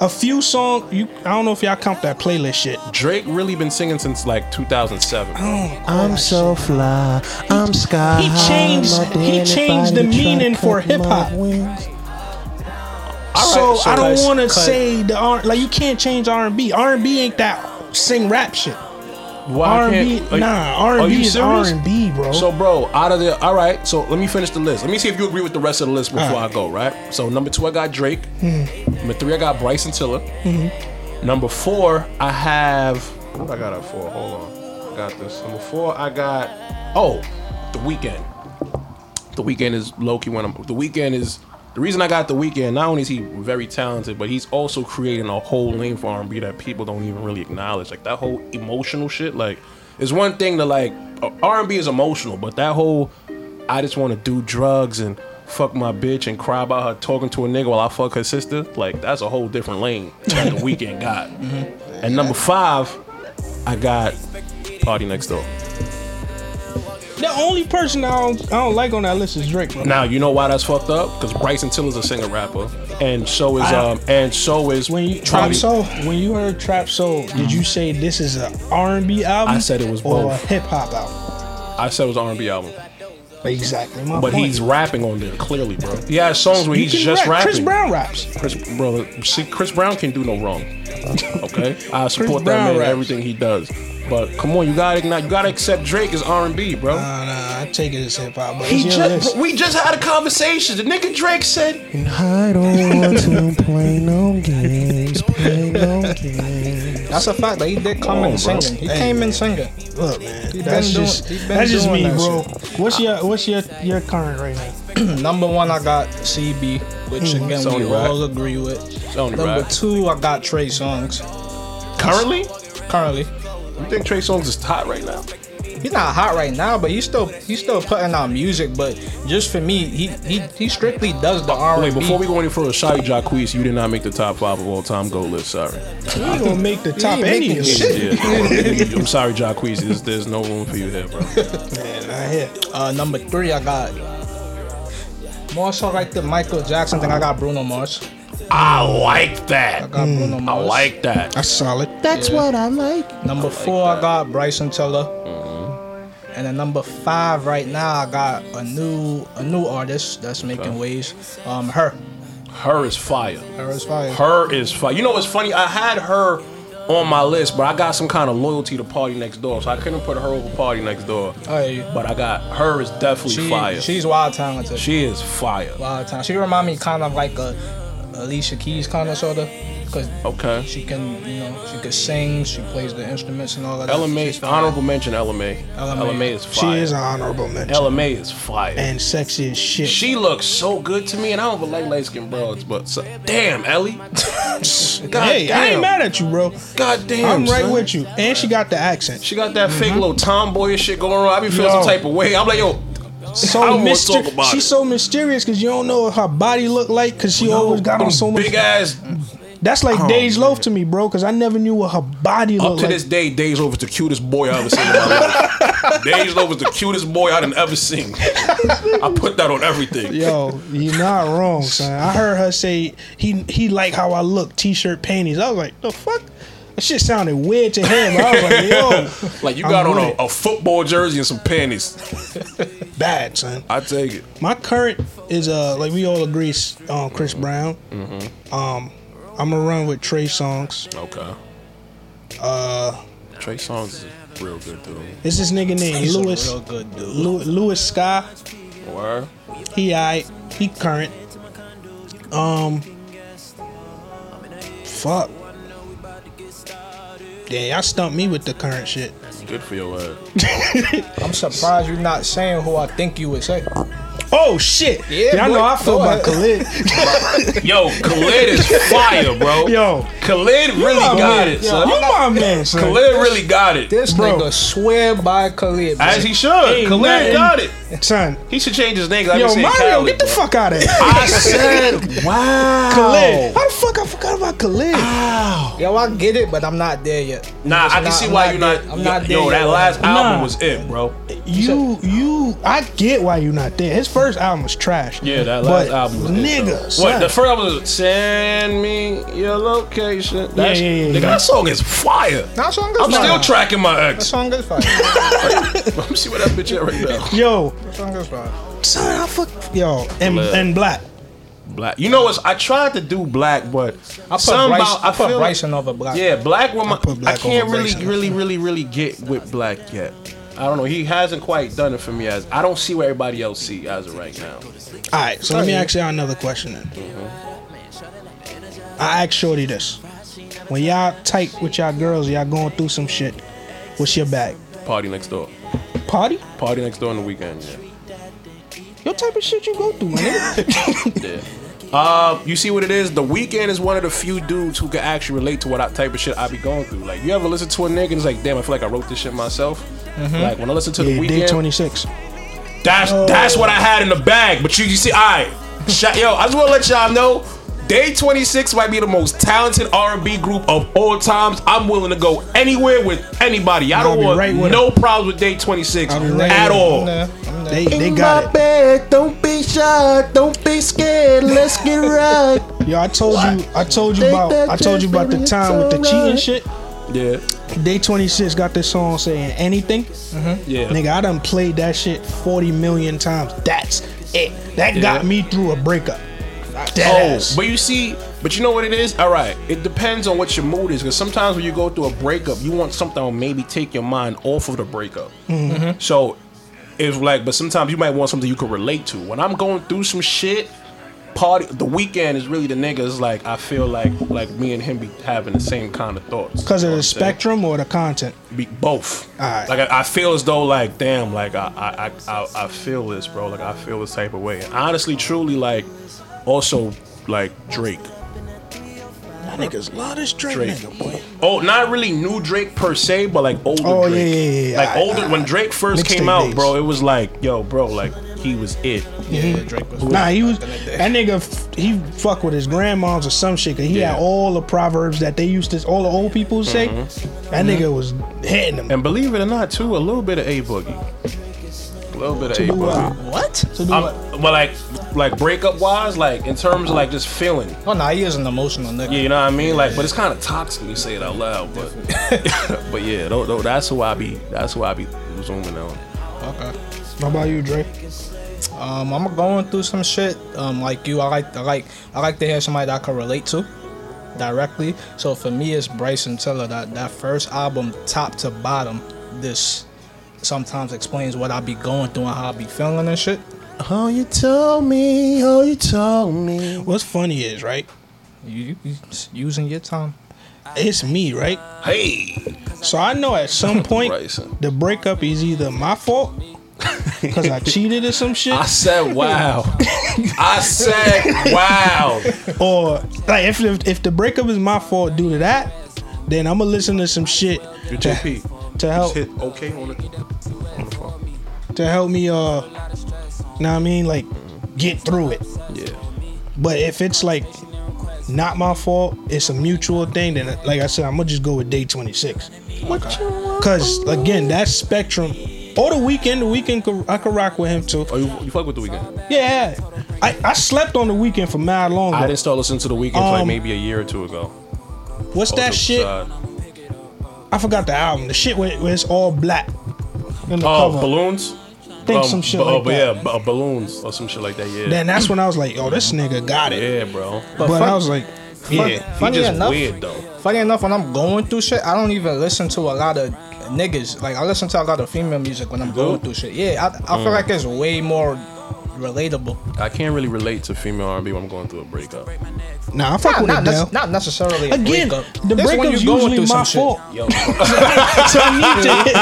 Speaker 1: A few songs. You I don't know if y'all count that playlist shit.
Speaker 2: Drake really been singing since like 2007.
Speaker 3: Oh,
Speaker 2: bro.
Speaker 7: I'm so fly. I'm sky.
Speaker 1: he changed-
Speaker 7: high, my
Speaker 1: he
Speaker 7: daddy
Speaker 1: changed the
Speaker 7: body try
Speaker 1: meaning
Speaker 7: to
Speaker 1: for
Speaker 7: cut my
Speaker 1: hip-hop.
Speaker 7: wings.
Speaker 2: All
Speaker 1: so,
Speaker 2: right,
Speaker 1: I don't
Speaker 2: let's
Speaker 1: want to
Speaker 2: cut-
Speaker 1: say the R like you can't change R and B. R and B ain't that sing rap shit.
Speaker 2: why
Speaker 3: R
Speaker 2: I
Speaker 3: and
Speaker 2: can't?
Speaker 3: B,
Speaker 2: like,
Speaker 3: nah, R
Speaker 2: are
Speaker 3: and
Speaker 2: you
Speaker 3: B is R
Speaker 2: serious?
Speaker 3: and B, bro.
Speaker 2: So, bro, out of the all right. So, let me finish the list. Let me see if you agree with the rest of the list before
Speaker 3: All right. Hmm.
Speaker 2: I go. Right. So, number two, I got Drake. Number three, I got Bryson Tiller. Number four, I have. What I got at four? Hold on. I got this. Number four, I got. Oh, the weekend. The weekend is Loki. When I'm the weekend is the reason I got the weekend. Not only is he very talented, but he's also creating a whole lane for R&B that people don't even really acknowledge. Like that whole emotional shit. Like it's one thing to like uh, R&B is emotional, but that whole I just want to do drugs and fuck my bitch and cry about her talking to a nigga while I fuck her sister. Like that's a whole different lane that the weekend got. And number five, I got Party Next Door.
Speaker 3: the only person I don't, I don't like on that list is Drake, bro.
Speaker 2: Now you know why that's fucked up because Bryson Tiller's a singer rapper, and so is um and so is
Speaker 3: When you
Speaker 2: Trap Mm-hmm.
Speaker 3: trap soul, when you heard trap soul, did you say this is a R and B album?
Speaker 2: I said it was
Speaker 3: or a
Speaker 2: both.
Speaker 3: hip hop album.
Speaker 2: I said it was an R&B album,
Speaker 3: Exactly, my
Speaker 2: but
Speaker 3: point.
Speaker 2: he's rapping on there clearly, bro. He has songs where
Speaker 3: He
Speaker 2: he's
Speaker 3: can
Speaker 2: just
Speaker 3: rap.
Speaker 2: rapping.
Speaker 3: Chris Brown raps.
Speaker 2: Chris, bro, see, Chris Brown can do no wrong. Okay, I
Speaker 3: Brown
Speaker 2: support that man in
Speaker 3: raps.
Speaker 2: everything he does. But come on, you gotta acknowledge- you gotta accept Drake is R and B, bro.
Speaker 3: Nah, nah, I take it as hip hop, but
Speaker 2: he
Speaker 3: it's your
Speaker 2: just,
Speaker 3: list.
Speaker 2: bro, we just had a conversation. The nigga Drake said,
Speaker 7: I don't want to play no games, play no games.
Speaker 3: That's a fact. That he did come in singing. He came in singing.
Speaker 7: Look, man,
Speaker 3: He
Speaker 7: that's
Speaker 3: been doing-
Speaker 7: just
Speaker 3: he been
Speaker 7: that's just
Speaker 3: doing
Speaker 7: me,
Speaker 3: that
Speaker 7: bro.
Speaker 1: What's your what's your your current right now?
Speaker 3: Number one, I got CB, which again
Speaker 2: Sony
Speaker 3: we
Speaker 2: Rock.
Speaker 3: all agree with.
Speaker 2: Sony
Speaker 3: Number
Speaker 2: Rock.
Speaker 3: two, I got Trey Songz.
Speaker 2: currently,
Speaker 3: Currently,
Speaker 2: you think Trey Songz is hot right now?
Speaker 3: he's not hot right now, but he's still he's still putting out music. But just for me, he he, he strictly does the R
Speaker 2: Wait,
Speaker 3: and B.
Speaker 2: before we go any further, Shai Jacquees, you did not make the top five of all time goal list. Sorry.
Speaker 3: ain't gonna make the top
Speaker 1: making
Speaker 3: any of
Speaker 1: shit.
Speaker 3: shit.
Speaker 2: Yeah, I'm sorry, Jacquees. There's, there's no room for you here, bro.
Speaker 3: Uh, number three, I got more so like the Michael Jackson thing. I got Bruno Mars.
Speaker 2: I like
Speaker 3: I
Speaker 2: that.
Speaker 3: got Bruno
Speaker 2: I
Speaker 3: Mars.
Speaker 2: like that.
Speaker 1: That's solid.
Speaker 7: That's what I like.
Speaker 3: Number four, I got Bryson Tiller.
Speaker 2: Mm-hmm.
Speaker 3: And then number five right now, I got a new a new artist that's making waves. Um, her.
Speaker 2: Her is fire.
Speaker 3: Her is fire.
Speaker 2: Her is fire. You know what's funny? I had her on my list, but I got some kind of loyalty to Party Next Door, so I couldn't put her over Party Next Door.
Speaker 3: Hey.
Speaker 2: But I got her is definitely
Speaker 3: She-
Speaker 2: fire.
Speaker 3: She's wild talented.
Speaker 2: she is fire.
Speaker 3: wild talent. She remind me kind of like a Alicia Keys kind of sorta, cause
Speaker 2: Okay.
Speaker 3: she can you know she can sing, she plays the instruments and all of that. She's
Speaker 2: LMA,
Speaker 3: fire.
Speaker 2: honorable mention LMA.
Speaker 3: LMA.
Speaker 2: LMA is
Speaker 1: She
Speaker 2: fire.
Speaker 1: is an honorable mention
Speaker 2: LMA is fire.
Speaker 1: and sexy as shit.
Speaker 2: She looks so good to me, and I don't even like light skinned broads, but so, damn, Ellie. God
Speaker 1: hey,
Speaker 2: damn.
Speaker 1: I ain't mad at you, bro.
Speaker 2: God damn.
Speaker 1: I'm right
Speaker 2: son.
Speaker 1: with you. And she got the accent.
Speaker 2: She got that fake little tomboyish shit going on. I be feeling some
Speaker 1: Yo.
Speaker 2: type of way. I'm like, yo,
Speaker 1: so
Speaker 2: I don't wanna
Speaker 1: myster-
Speaker 2: talk about
Speaker 1: she's
Speaker 2: it.
Speaker 1: so mysterious because you don't know what her body look like because she always got on so much.
Speaker 2: big ass.
Speaker 1: That's like
Speaker 2: Oh,
Speaker 1: Dej Loaf to me, bro, because I never knew what her body
Speaker 2: Up
Speaker 1: looked
Speaker 2: to
Speaker 1: like.
Speaker 2: this day, Days Love is the cutest boy I ever seen in my life. Days Love is the cutest boy I done ever seen. I put that on everything.
Speaker 1: Yo, you're not wrong, son. I heard her say he he like how I look, t-shirt, panties. I was like, the fuck. That shit sounded weird to him. I was like, yo,
Speaker 2: Like you
Speaker 1: I'm
Speaker 2: got on
Speaker 1: with
Speaker 2: a,
Speaker 1: it.
Speaker 2: a football jersey and some panties.
Speaker 1: bad, son.
Speaker 2: I take it.
Speaker 1: My current is uh like we all agree, s- um, Chris Brown. Um, I'm gonna run with Trey Songs.
Speaker 2: Okay. Uh,
Speaker 1: Uh,
Speaker 2: Trey Songz is a real good dude.
Speaker 1: It's this nigga named
Speaker 3: She's a
Speaker 1: Lewis
Speaker 3: real good dude.
Speaker 1: Lew- Lewis Sky.
Speaker 2: Word.
Speaker 1: He I he current. Um, fuck. Damn, y'all stumped me with the current shit.
Speaker 2: Good for your ass.
Speaker 3: I'm surprised you're not saying who I think you would say.
Speaker 1: Oh shit!
Speaker 3: Yeah,
Speaker 1: y'all know
Speaker 3: boy.
Speaker 1: I feel
Speaker 3: Go
Speaker 1: about Khalid.
Speaker 2: Yo, Khalid is fire, bro.
Speaker 1: Yo.
Speaker 2: Khalid really got it,
Speaker 1: Yo,
Speaker 2: son.
Speaker 1: you my man, son.
Speaker 2: Khalid really got it.
Speaker 3: This
Speaker 1: Bro.
Speaker 3: nigga swear by Khalid.
Speaker 2: As he should.
Speaker 1: Ain't
Speaker 2: Khalid
Speaker 1: nothing.
Speaker 2: got it.
Speaker 1: son.
Speaker 2: He should change his name. 'cause I
Speaker 1: Yo,
Speaker 2: be saying
Speaker 1: Mario,
Speaker 2: Khaled,
Speaker 1: get the
Speaker 2: bro.
Speaker 1: fuck out of here.
Speaker 2: I said, wow.
Speaker 1: Khalid. How the fuck I forgot about Khalid?
Speaker 3: Yo, I get it, but I'm not there yet.
Speaker 2: Nah, I
Speaker 3: I'm
Speaker 2: can
Speaker 3: not-
Speaker 2: see
Speaker 3: I'm
Speaker 2: why you're not.
Speaker 3: there- I'm not there.
Speaker 2: yo,
Speaker 3: yet.
Speaker 2: that last album
Speaker 1: Nah.
Speaker 2: was it, bro.
Speaker 1: You, you, I get why you not there. His first album was trash.
Speaker 2: Yeah, that
Speaker 1: But
Speaker 2: last album was it,
Speaker 1: nigga,
Speaker 2: though.
Speaker 1: son.
Speaker 2: What, the first album was Send Me Your Location. That's,
Speaker 1: yeah, yeah,
Speaker 2: nigga,
Speaker 1: yeah.
Speaker 2: that song is fire.
Speaker 3: That song is
Speaker 2: I'm
Speaker 3: fire.
Speaker 2: still tracking my
Speaker 3: That
Speaker 2: ex.
Speaker 3: song is fire.
Speaker 2: Let me see where that bitch at right now.
Speaker 1: Yo,
Speaker 3: That song is fire.
Speaker 1: son, I fuck yo and
Speaker 2: Khalid.
Speaker 1: and Black.
Speaker 2: black. You know what? I tried to do black, but
Speaker 3: I put
Speaker 2: something
Speaker 3: Bryce,
Speaker 2: about-
Speaker 3: I put
Speaker 2: feel-
Speaker 3: Bryson over Black.
Speaker 2: Yeah, black woman. I,
Speaker 3: put black
Speaker 2: can't
Speaker 3: over
Speaker 2: really,
Speaker 3: Bryson.
Speaker 2: really, really, really get with black yet. I don't know. He hasn't quite done it for me as I don't see what everybody else see as of right now.
Speaker 1: All right, so let me ask y'all another question then. I asked Shorty this: When y'all tight with y'all girls, y'all going through some shit. What's your bag?
Speaker 2: Party next door.
Speaker 1: Party?
Speaker 2: Party next door on the weekend. Yeah.
Speaker 1: What type of shit you go through, man?
Speaker 2: yeah. Uh, you see what it is? The weekend is one of the few dudes who can actually relate to what I- type of shit I be going through. Like, you ever listen to a nigga and it's like, damn, I feel like I wrote this shit myself.
Speaker 3: Mm-hmm.
Speaker 2: Like when I listen to the
Speaker 1: yeah, day
Speaker 2: weekend,
Speaker 1: twenty six.
Speaker 2: That's that's what I had in the bag. But you, you see, I shot yo. I just want to let y'all know. Day 26 might be the most talented R&B group of all times. I'm willing to go anywhere with anybody. I
Speaker 1: I'll
Speaker 2: don't
Speaker 1: be
Speaker 2: want
Speaker 1: right with
Speaker 2: no problems with Day 26
Speaker 1: I'll be right
Speaker 2: at
Speaker 1: with
Speaker 2: all.
Speaker 1: They they got it.
Speaker 2: bed, don't be shy, don't be scared. Let's get right.
Speaker 1: Yo, I told you I told you about I told you about the time with the cheating shit.
Speaker 2: Yeah,
Speaker 1: Day twenty six got this song saying anything.
Speaker 2: yeah.
Speaker 1: Nigga, I done played that shit 40 million times. That's it. That
Speaker 2: Yeah.
Speaker 1: got me through a breakup.
Speaker 2: Oh,
Speaker 1: Dead ass.
Speaker 2: but you see, but you know what it is? All right, it depends on what your mood is. Because sometimes when you go through a breakup, you want something to maybe take your mind off of the breakup.
Speaker 1: Mm-hmm.
Speaker 2: So it's like, but sometimes you might want something you can relate to. When I'm going through some shit, party the weekend is really the niggas like I feel like like me and him be having the same kind of thoughts.
Speaker 1: Because of
Speaker 2: You know what I'm
Speaker 1: the
Speaker 2: saying?
Speaker 1: spectrum or the content.
Speaker 2: be both.
Speaker 1: Alright.
Speaker 2: Like I, I feel as though like damn, like I I, I I I feel this, bro. Like I feel this type of way. And honestly, truly, like also like Drake.
Speaker 1: That nigga's lot this Drake,
Speaker 2: Drake.
Speaker 1: nigga, boy.
Speaker 2: Oh, not really new Drake per se, but like older
Speaker 1: Oh, yeah,
Speaker 2: Drake.
Speaker 1: yeah, yeah, yeah.
Speaker 2: Like
Speaker 1: Alright,
Speaker 2: older when Drake first
Speaker 1: Mixtape
Speaker 2: came out,
Speaker 1: days.
Speaker 2: bro, it was like, yo, bro, like he was it.
Speaker 3: Yeah, Drake was.
Speaker 1: Nah, he was that nigga. f- He fuck with his grandmoms or some shit. Cause he
Speaker 2: Yeah.
Speaker 1: had all the proverbs that they used to, all the old people say.
Speaker 2: Mm-hmm.
Speaker 1: That nigga was hitting them.
Speaker 2: And believe it or not, too, a little bit of A Boogie. A little bit of A Boogie.
Speaker 3: What?
Speaker 1: So do what?
Speaker 2: Um, but like like breakup wise, like in terms of like just feeling.
Speaker 3: Oh, nah, he is an emotional nigga.
Speaker 2: Yeah, you know what I mean? Like, but it's kind of toxic when you say it out loud. But, but yeah, tho- tho- that's who I be. That's who I be zooming on.
Speaker 3: Okay.
Speaker 1: What about you, Drake?
Speaker 3: Um, I'm going through some shit. Um, like you, I like, I like, I like to hear somebody that I can relate to directly. So for me, it's Bryson Tiller. That that first album, top to bottom, this sometimes explains what I be going through and how I be feeling and shit.
Speaker 7: Oh, you told me. Oh, you told me.
Speaker 1: What's funny is right.
Speaker 3: You, you it's using your time.
Speaker 1: It's me, right?
Speaker 2: Hey,
Speaker 1: So I know at some point
Speaker 2: Bryson.
Speaker 1: the breakup is either my fault because I cheated or some shit,
Speaker 2: I said wow. I said wow.
Speaker 1: or like if, if if the breakup is my fault due to that, then I'm gonna listen to some shit
Speaker 2: Your
Speaker 1: to,
Speaker 2: JP.
Speaker 1: to help
Speaker 2: hit okay on the, on the phone.
Speaker 1: to help me. Uh, know what I mean? Like get through it.
Speaker 2: Yeah.
Speaker 1: But if it's like not my fault, it's a mutual thing. Then, like I said, I'm gonna just go with day 26. Cause again, that spectrum. Or the weekend, the weekend could, I could rock with him too.
Speaker 2: Oh, you, you fuck with the weekend?
Speaker 1: Yeah, I, I slept on the weekend for mad long.
Speaker 2: I
Speaker 1: ago.
Speaker 2: didn't start listening to the weekend till like
Speaker 1: Um,
Speaker 2: maybe a year or two ago. Oh,
Speaker 1: What's that shit? I forgot the album. The shit where, where it's all black. In the
Speaker 2: Oh,
Speaker 1: cover.
Speaker 2: balloons.
Speaker 1: Think some shit
Speaker 2: bu-
Speaker 1: like
Speaker 2: but
Speaker 1: that.
Speaker 2: yeah, bu- balloons or some shit like that. Yeah.
Speaker 1: Then that's when I was like, yo, this nigga got it.
Speaker 2: yeah, bro.
Speaker 1: But,
Speaker 3: fun-
Speaker 1: I was like, yeah.
Speaker 2: yeah,
Speaker 3: funny
Speaker 2: he just
Speaker 3: enough-
Speaker 2: weird though.
Speaker 3: Funny enough, when I'm going through shit, I don't even listen to a lot of niggas. Like I listen to a lot of female music when I'm going through shit. Yeah, I, I feel like it's way more relatable.
Speaker 2: I can't really relate to female R&B when I'm going through a breakup.
Speaker 1: Nah, I fuck
Speaker 3: Nah,
Speaker 1: with
Speaker 3: not,
Speaker 1: it
Speaker 3: nec-
Speaker 1: now.
Speaker 3: not necessarily a
Speaker 1: Again,
Speaker 3: breakup.
Speaker 1: the
Speaker 3: That's when
Speaker 1: breakup's
Speaker 3: you going
Speaker 1: usually
Speaker 3: through some
Speaker 1: my
Speaker 3: shit.
Speaker 1: fault.
Speaker 2: Yo.
Speaker 1: so I need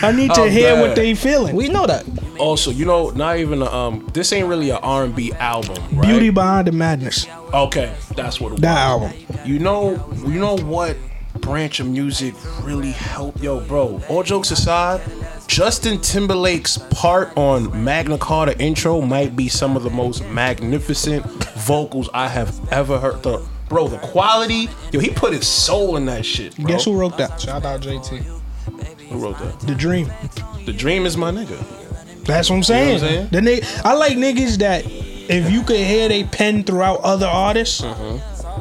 Speaker 1: to, I need to
Speaker 2: I'm
Speaker 1: hear what
Speaker 2: dead.
Speaker 1: they feeling.
Speaker 3: We know that.
Speaker 2: Also, you know, not even a, um. This ain't really an R&B album, right?
Speaker 1: Beauty Behind the Madness.
Speaker 2: Okay, that's what it
Speaker 1: That
Speaker 2: was.
Speaker 1: album.
Speaker 2: You know, you know what branch of music really helped, yo, bro. All jokes aside, Justin Timberlake's part on Magna Carta intro might be some of the most magnificent vocals I have ever heard. The, bro, the quality, yo, he put his soul in that shit, bro.
Speaker 1: Guess who wrote that?
Speaker 3: Shout out JT.
Speaker 2: Who wrote that?
Speaker 1: The Dream.
Speaker 2: The Dream is my nigga.
Speaker 1: That's what I'm saying.
Speaker 2: saying?
Speaker 1: The nigga, I like niggas that if you could hear they pen throughout other artists,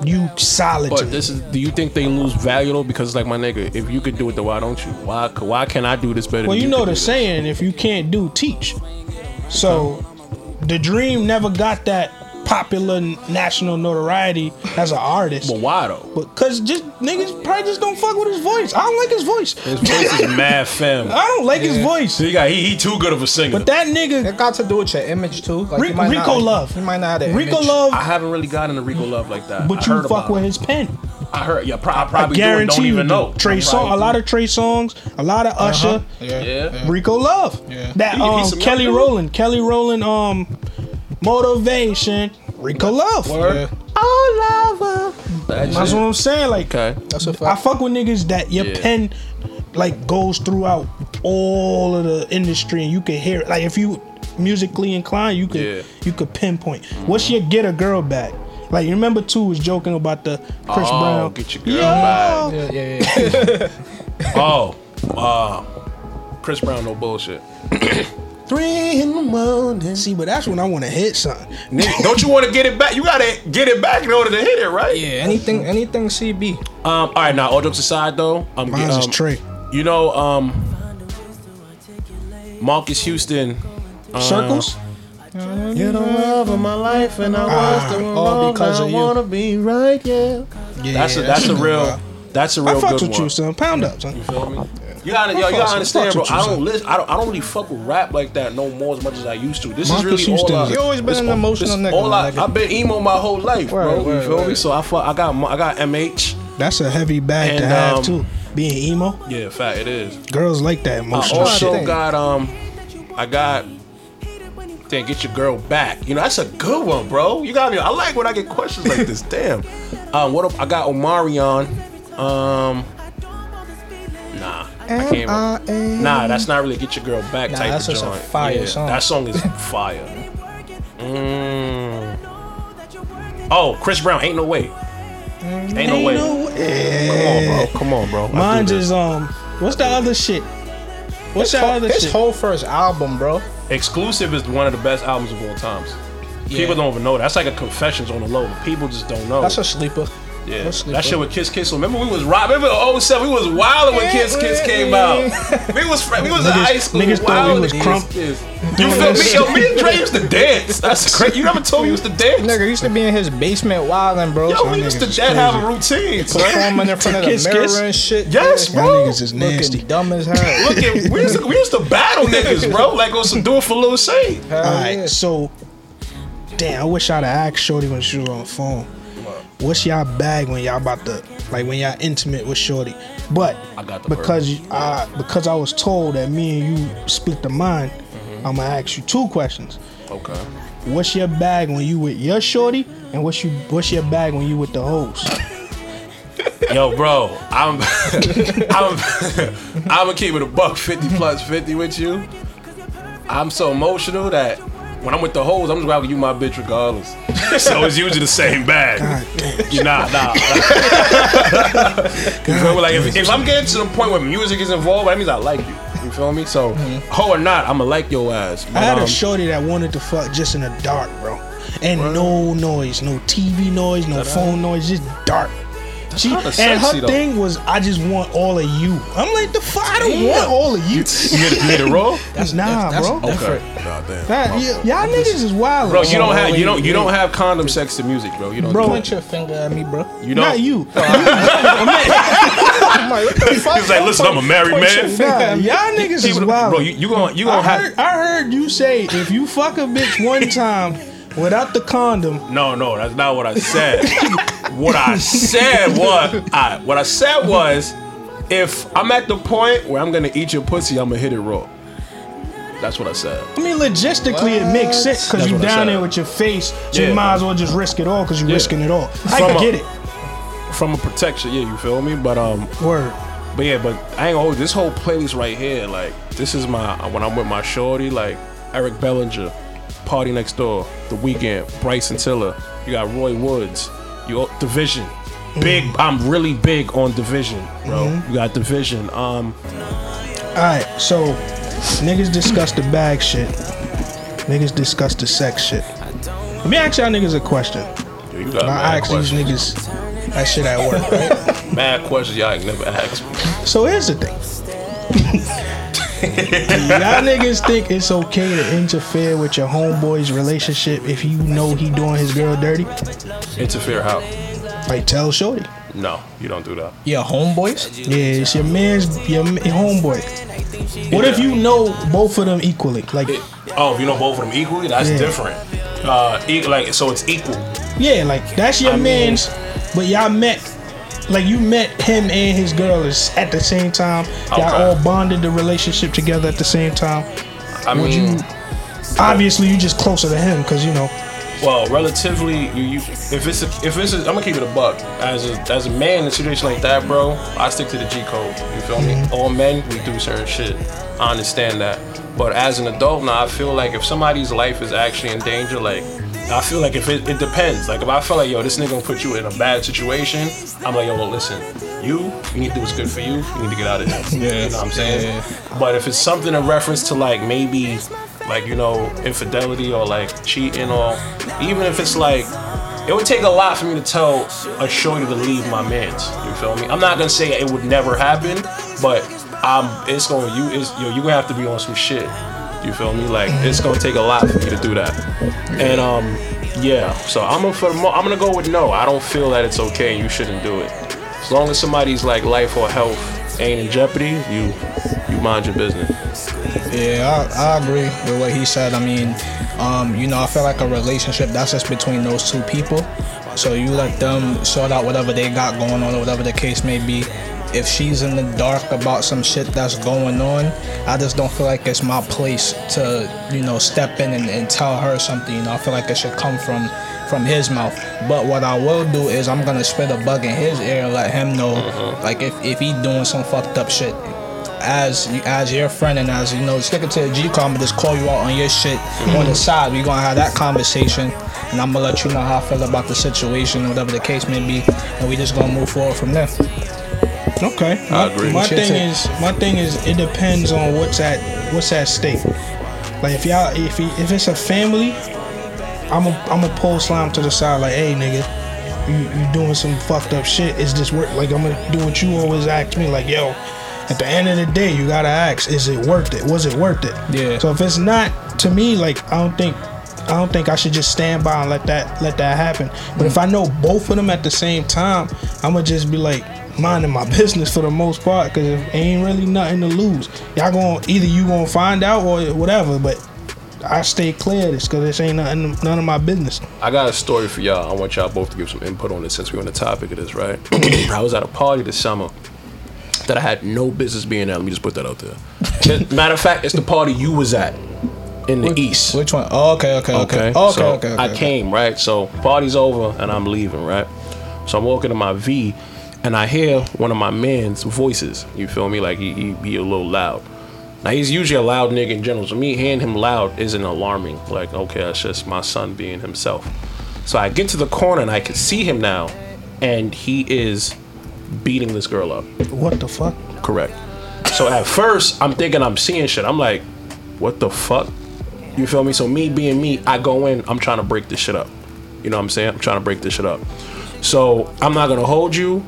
Speaker 1: you solid to
Speaker 2: But
Speaker 1: me.
Speaker 2: this is, do you think they lose value though? Because like my nigga, if you could do it, then why don't you? Why, why can I do this better?
Speaker 1: Well,
Speaker 2: than
Speaker 1: you
Speaker 2: you
Speaker 1: know
Speaker 2: can do
Speaker 1: the
Speaker 2: this?
Speaker 1: saying: if you can't do, teach. So, the dream never got that popular national notoriety as an artist.
Speaker 2: But why though?
Speaker 1: But cause just niggas probably just don't fuck with his voice. I don't like his voice.
Speaker 2: His voice is mad femme.
Speaker 1: I don't like his voice.
Speaker 2: So he got he, he too good of a singer.
Speaker 1: Ah! But that nigga
Speaker 3: It got to do with your image too. Like
Speaker 1: Ric-
Speaker 3: you might
Speaker 1: Rico
Speaker 3: not,
Speaker 1: Love.
Speaker 3: You might not have the
Speaker 1: Rico
Speaker 3: image.
Speaker 1: Love,
Speaker 2: I haven't really gotten a Rico Love like that.
Speaker 1: but
Speaker 2: I
Speaker 1: you
Speaker 2: heard
Speaker 1: fuck
Speaker 2: about
Speaker 1: with
Speaker 2: it.
Speaker 1: his pen.
Speaker 2: I heard. Yeah, pro- I
Speaker 1: I
Speaker 2: probably do and
Speaker 1: guarantee
Speaker 2: don't
Speaker 1: you.
Speaker 2: even know.
Speaker 1: Trey song, a lot of Trey songs, a lot of Usher,
Speaker 3: Uh-huh. Yeah.
Speaker 2: Yeah.
Speaker 1: Rico Love.
Speaker 3: Yeah.
Speaker 1: That
Speaker 2: He-
Speaker 1: um
Speaker 2: he's some
Speaker 1: Kelly
Speaker 2: young dude.
Speaker 1: Rowland, Kelly Rowland um motivation, Rico Love.
Speaker 3: Yeah.
Speaker 2: Oh, lava.
Speaker 1: That's what I'm saying. Like
Speaker 2: okay.
Speaker 3: That's a fact.
Speaker 1: I fuck with niggas that your
Speaker 2: Yeah.
Speaker 1: pen like goes throughout all of the industry and you can hear it. Like if you musically inclined, you could
Speaker 2: Yeah. Mm-hmm.
Speaker 1: you could pinpoint. What's your get a girl back? Like you remember two was joking about the Chris
Speaker 2: Oh,
Speaker 1: Brown.
Speaker 2: Get Your Girl
Speaker 1: Yo!
Speaker 2: Back.
Speaker 3: yeah, yeah, yeah.
Speaker 2: Oh, uh, Chris Brown, no bullshit.
Speaker 7: Three in the morning.
Speaker 1: See, but that's when I want to hit something.
Speaker 2: Nigga, don't you want to get it back? You gotta get it back in order to hit it, right?
Speaker 3: yeah. Anything, anything CB.
Speaker 2: Um. All right. Now, all jokes aside, though, I'm
Speaker 1: Mine's
Speaker 2: um,
Speaker 1: is Trey.
Speaker 2: You know, um, Marcus Houston. um,
Speaker 1: Circles.
Speaker 7: You're the love of my life, and I
Speaker 1: Ah,
Speaker 7: was the one
Speaker 3: all
Speaker 7: all
Speaker 3: because
Speaker 7: because
Speaker 3: of
Speaker 7: I
Speaker 3: you.
Speaker 7: wanna be right, yeah.
Speaker 3: Yeah,
Speaker 2: That's a that's a real that's a
Speaker 1: I
Speaker 2: real
Speaker 1: fucked
Speaker 2: good
Speaker 1: with you,
Speaker 2: one.
Speaker 1: son. Pound up, son.
Speaker 2: feel me? You gotta, yo, you
Speaker 1: fucks-
Speaker 2: gotta understand,
Speaker 1: fucks
Speaker 2: bro.
Speaker 1: with you,
Speaker 2: I
Speaker 1: son.
Speaker 2: don't listen. I don't, I don't really fuck with rap like that no more as much as I used to. This is
Speaker 1: Marcus
Speaker 2: really
Speaker 1: Houston
Speaker 2: all.
Speaker 1: is
Speaker 2: I,
Speaker 1: a-
Speaker 3: You always been
Speaker 2: this-
Speaker 3: an emotional nigga,
Speaker 2: this All
Speaker 3: my
Speaker 2: I,
Speaker 3: nigga.
Speaker 2: I've been emo my whole life, bro.
Speaker 3: Word,
Speaker 2: you feel
Speaker 3: word,
Speaker 2: me? So I fuck. I got. mo- I got MH.
Speaker 1: That's a heavy bag
Speaker 2: And,
Speaker 1: to have
Speaker 2: um,
Speaker 1: too. Being emo,
Speaker 2: Yeah, fact it is.
Speaker 1: girls like that
Speaker 2: Oh, I
Speaker 1: emotional shit.
Speaker 2: also
Speaker 3: shit.
Speaker 2: got um, I got. Damn, get your girl back. You know that's a good one, bro. You got me. I like when I get questions like this. Damn. Um, what up? I got Omarion. Um, nah, I can't.
Speaker 3: M.I.A..
Speaker 2: Nah, that's not really get your girl back
Speaker 3: Nah,
Speaker 2: type
Speaker 3: that's
Speaker 2: of
Speaker 3: just a
Speaker 2: joint.
Speaker 3: fire
Speaker 2: Yeah,
Speaker 3: song.
Speaker 2: That song is fire. Mm. Oh, Chris Brown, ain't no way. Ain't, no way.
Speaker 1: Yeah.
Speaker 2: Come on, bro. Come on, bro. I do
Speaker 1: Mine
Speaker 2: this.
Speaker 1: just um. What's the other shit?
Speaker 3: His
Speaker 1: What's that
Speaker 3: whole-
Speaker 1: other
Speaker 3: his
Speaker 1: shit?
Speaker 3: whole first album, bro.
Speaker 2: Exclusive is one of the best albums of all times. People don't even know that. That's like a confessions on the low. People just don't know.
Speaker 3: That's a sleeper.
Speaker 2: yeah.
Speaker 3: that's sleep,
Speaker 2: that shit
Speaker 3: bro.
Speaker 2: with Kiss Kiss. Remember we was rock. Remember the 07, We was wilding when Kiss Kiss came out. We was fr- we was in
Speaker 1: Niggas-
Speaker 2: high school.
Speaker 1: niggas thought we
Speaker 2: wilding
Speaker 1: was
Speaker 2: Kiss
Speaker 1: crump.
Speaker 2: Kiss. You feel me? Yo, me and Dre used to dance. That's crazy. You never told me you used to dance.
Speaker 3: Nigga used to be in his basement wilding, bro.
Speaker 2: Yo,
Speaker 3: Some
Speaker 2: we used to
Speaker 3: niggas is
Speaker 2: dad have
Speaker 3: crazy.
Speaker 2: a routine, son.
Speaker 3: performing in front of the
Speaker 1: Kiss,
Speaker 3: mirror
Speaker 1: kiss.
Speaker 3: and shit.
Speaker 2: Yes,
Speaker 3: yeah.
Speaker 1: Y'all
Speaker 2: bro.
Speaker 1: niggas is
Speaker 3: Looking
Speaker 1: nasty.
Speaker 3: dumb as hell.
Speaker 2: Look at we used, to, we used to battle niggas, bro. Like on some do it for Lil Shane.
Speaker 3: Hell
Speaker 1: All right,
Speaker 3: yeah.
Speaker 1: so damn, I wish I'd have asked Shorty when she was on the phone. What's y'all bag when y'all about to like when y'all intimate with Shorty? But
Speaker 2: I got the
Speaker 1: because you- I because I was told that me and you split the mind,
Speaker 2: Mm-hmm.
Speaker 1: I'm gonna ask you two questions.
Speaker 2: Okay.
Speaker 1: What's your bag when you with your Shorty, and what's you what's your bag when you with the hoes?
Speaker 2: Yo, bro, I'm, I'm, I'm gonna keep it a buck fifty plus fifty with you. I'm so emotional that when I'm with the hoes, I'm just gonna you my bitch regardless. so it's usually the same bag. You nah, nah. you feel me? Like if, if I'm getting to the point where music is involved, that means I like you. You feel me? So hoe or not, I'ma like your ass. But,
Speaker 1: Mm-hmm. I had
Speaker 2: um,
Speaker 1: a shorty that wanted to fuck just in the dark, bro. And no noise, no TV noise, no phone noise, just dark. She,
Speaker 2: kinda
Speaker 1: and
Speaker 2: sexy,
Speaker 1: her
Speaker 2: though.
Speaker 1: thing was, I just want all of you. I'm like, the fuck, I don't want all of you.
Speaker 2: you hit, you hit a roll.
Speaker 1: nah,
Speaker 3: that's
Speaker 1: bro.
Speaker 3: def-
Speaker 2: Okay. Nah, damn.
Speaker 1: That- y- y'all niggas is wild,
Speaker 2: Bro, you don't have you
Speaker 1: Wait,
Speaker 2: don't you don't have condom sex to music, bro. You don't.
Speaker 1: Bro,
Speaker 2: do that.
Speaker 3: Point your finger at me, bro.
Speaker 2: you don't.
Speaker 1: Not you.
Speaker 3: I'm like, what the fuck?
Speaker 2: He's like, listen, I'm a married man.
Speaker 1: Nah, y'all niggas
Speaker 2: Keep
Speaker 1: is
Speaker 2: it-
Speaker 1: wild.
Speaker 2: Bro, you, you gonna you
Speaker 1: I,
Speaker 2: gonna have
Speaker 1: heard, I heard you say if you fuck a bitch one time without the condom,
Speaker 2: no no that's not what I said. what I said was I what I said was if I'm at the point where I'm gonna eat your pussy, I'm gonna hit it raw. That's what I said.
Speaker 1: I mean, logistically, it makes sense because
Speaker 2: That's
Speaker 1: you
Speaker 2: what I
Speaker 1: down
Speaker 2: said.
Speaker 1: there with your face, so
Speaker 2: Yeah.
Speaker 1: you might as well just risk it all because you're
Speaker 2: Yeah.
Speaker 1: risking it all. I
Speaker 2: From
Speaker 1: can
Speaker 2: a-
Speaker 1: get it.
Speaker 2: From a protection, yeah, you feel me? But um,
Speaker 1: Word.
Speaker 2: But yeah, but I ain't gonna hold this whole playlist right here. Like this is my when I'm with my shorty, like Eric Bellinger, Party Next Door, The Weekend, Bryson Tiller. You got Roy Woods, you got Division. Big,
Speaker 1: Mm-hmm.
Speaker 2: I'm really big on Division, bro. You got Division. Um,
Speaker 1: All right, so niggas discuss the bag shit. Niggas discuss the sex shit. Let me ask y'all niggas a question.
Speaker 2: yo, you got
Speaker 1: I
Speaker 2: mad
Speaker 1: ask these
Speaker 2: questions.
Speaker 1: niggas that shit at work. Right?
Speaker 2: Mad questions y'all ain't never asked me.
Speaker 1: so here's the thing. Y'all niggas think it's okay to interfere with your homeboy's relationship if you know he doing his girl dirty?
Speaker 2: Interfere how?
Speaker 1: Like tell Shorty.
Speaker 2: No, you don't do that.
Speaker 3: Your homeboys?
Speaker 1: Yeah, it's your man's your m- homeboy. What if you know both of them equally? Like
Speaker 2: It- oh, if you know both of them equally, that's
Speaker 1: Yeah.
Speaker 2: different. Uh, e- like so, it's equal.
Speaker 1: yeah, like that's your
Speaker 2: I mean-
Speaker 1: man's, but y'all met. Like you met him and his girl is at the same time.
Speaker 2: Okay.
Speaker 1: Y'all all bonded the relationship together at the same time.
Speaker 2: I
Speaker 1: Would
Speaker 2: mean,
Speaker 1: you? Obviously, you just closer to him because you know.
Speaker 2: well, relatively, you, you if it's a, if it's a, I'm gonna keep it a buck. As a, as a man in a situation like that, bro, I stick to the G code. You feel
Speaker 3: Mm-hmm.
Speaker 2: me? All men, we do certain shit. I understand that. But as an adult now, I feel like if somebody's life is actually in danger, like. I feel like if it, it depends. Like if I feel like yo, this nigga gonna put you in a bad situation, I'm like yo, well, listen, you, you need to do what's good for you. You need to get out of here. You know what I'm saying?
Speaker 3: Yeah.
Speaker 2: But if it's something in reference to like maybe like you know infidelity or like cheating or even if it's like it would take a lot for me to tell a shorty to leave my man's. You feel me? I'm not gonna say it would never happen, but I'm it's gonna you is yo you gonna have to be on some shit. You feel me? Like it's gonna take a lot for me to do that. And um yeah, so I'm gonna for the mo- I'm gonna go with no. I don't feel that it's okay. and You shouldn't do it. As long as somebody's like life or health ain't in jeopardy, you you mind your business.
Speaker 3: Yeah, I, I agree with what he said. I mean, um, you know, I feel like a relationship that's just between those two people. So you let them sort out whatever they got going on or whatever the case may be. If she's in the dark about some shit that's going on, I just don't feel like it's my place to, you know, step in and, and tell her something. You know, I feel like it should come from from his mouth. But what I will do is I'm gonna spit a bug in his ear and let him know,
Speaker 2: Mm-hmm.
Speaker 3: like if if he doing some fucked up shit as as your friend and as you know sticking to the G call, I'ma just call you out on your shit
Speaker 2: Mm-hmm.
Speaker 3: on the side. We gonna have that conversation, and I'm gonna let you know how I feel about the situation, whatever the case may be, and we just gonna move forward from there.
Speaker 1: Okay,
Speaker 2: I
Speaker 1: My-
Speaker 2: agree.
Speaker 1: My
Speaker 3: Shit,
Speaker 1: thing
Speaker 3: shit.
Speaker 1: is, my thing is, it depends on what's at what's at stake. Like if y'all, if he- if it's a family, I'm a I'm a pull slime to the side. Like, hey, nigga, you you doing some fucked up shit. Is this work? Like, I'm gonna do what you always ask me. Like, yo, at the end of the day, you gotta ask, is it worth it? Was it worth it?
Speaker 3: Yeah.
Speaker 1: So if it's not, to me, like, I don't think. I don't think I should just stand by and let that let that happen. But if I know both of them at the same time, I'm gonna just be like minding my business for the most part because it ain't really nothing to lose. Y'all gonna either you gonna find out or whatever. But I stay clear of this because this ain't nothing, none of my business.
Speaker 2: I got a story for y'all. I want y'all both to give some input on it since we're on the topic of this, right? I was at a party this summer that I had no business being at. Let me just put that out there. Matter of fact, it's the party you was at in the east.
Speaker 3: Which one? Oh, okay, okay, okay, okay, okay,
Speaker 2: so
Speaker 3: okay,
Speaker 2: I came, right? So party's over and I'm leaving, right? So I'm walking to my V and I hear one of my man's voices. You feel me? Like he, he, he a little loud. Now he's usually a loud nigga in general. So me hearing him loud isn't alarming. Like, okay, that's just my son being himself. So I get to the corner and I can see him now, and he is beating this girl up.
Speaker 1: What the fuck?
Speaker 2: Correct. So at first, I'm thinking I'm seeing shit. I'm like, what the fuck? You feel me? So me being me, I go in, I'm trying to break this shit up. You know what I'm saying? I'm trying to break this shit up. So I'm not gonna hold you.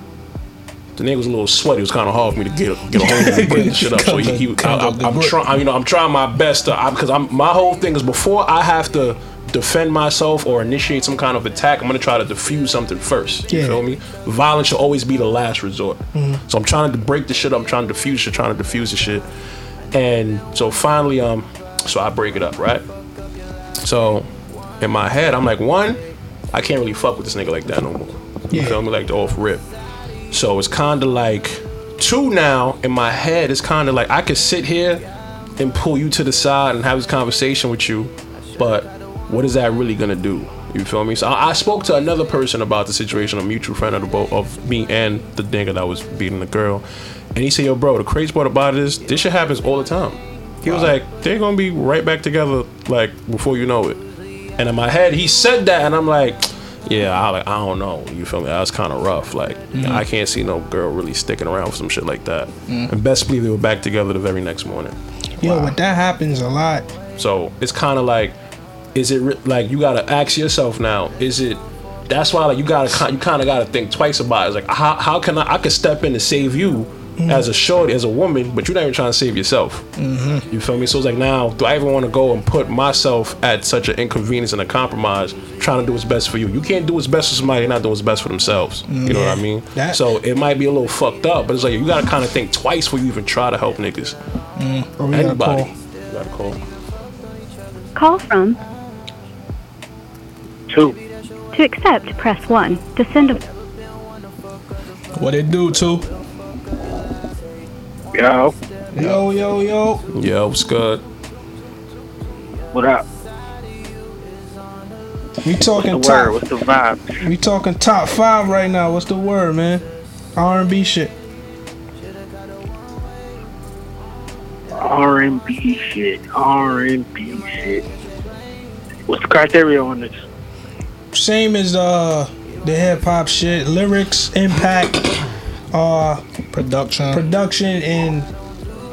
Speaker 2: The nigga was a little sweaty. It was kind of hard for me to get get a hold of him and break this shit up. So he, he I,
Speaker 3: Come on,
Speaker 2: I, I'm
Speaker 3: come on.
Speaker 2: trying, you know, I'm trying my best to, because I'm my whole thing is before I have to defend myself or initiate some kind of attack, I'm gonna try to defuse something first. You
Speaker 1: Yeah.
Speaker 2: feel me? Violence should always be the last resort. So I'm trying to break the shit. up, I'm trying to defuse shit. Trying to defuse the shit. And so finally, um, so I break it up, right? So in my head, I'm like, one, I can't really fuck with this nigga like that no more. You feel me? Like the off rip. So it's kind of like, two now in my head, it's kind of like I could sit here and pull you to the side and have this conversation with you, but what is that really gonna do? You feel me? So I, I spoke to another person about the situation, a mutual friend of the both of me and the nigga that was beating the girl, and he said, "Yo, bro, the crazy part about it is this shit happens all the time." He was like, "They're gonna be right back together, like before you know it." And in my head, he said that, and I'm like, yeah, I like I don't know. You feel me? That was kind of rough. Like I can't see no girl really sticking around for some shit like that. And best believe they were back together the very next morning.
Speaker 1: Yo, but that happens a lot.
Speaker 2: So it's kind of like, is it re- like you gotta ask yourself now? Is it? That's why like you gotta ki- you kind of gotta think twice about it. It's like how how can I I could step in to save you,
Speaker 1: Mm-hmm.
Speaker 2: as a shorty, as a woman, but you're not even trying to save yourself.
Speaker 1: Mm-hmm.
Speaker 2: You feel me? So it's like, now, do I even want to go and put myself at such an inconvenience and a compromise trying to do what's best for you? You can't do what's best for somebody and not do what's best for themselves. You know what I mean?
Speaker 1: That-
Speaker 2: so it might be a little fucked up, but it's like, you got to kind of think twice before you even try to help niggas.
Speaker 1: Or we gotta
Speaker 2: Anybody.
Speaker 1: call.
Speaker 2: You gotta call.
Speaker 4: Call from
Speaker 6: Two.
Speaker 4: to accept, press 1. To send a
Speaker 3: What it do too?
Speaker 6: Yo.
Speaker 1: Yo, yo, yo.
Speaker 2: Yeah, what's good?
Speaker 6: What up?
Speaker 1: We
Speaker 6: The
Speaker 1: talking
Speaker 6: word.
Speaker 1: top.
Speaker 6: What's the vibe?
Speaker 1: We talking top five right now. What's the word, man? R and B shit.
Speaker 6: R and B shit. R and B shit. What's the criteria on this?
Speaker 1: Same as uh the hip hop shit. Lyrics, impact, uh
Speaker 3: Production.
Speaker 1: production, and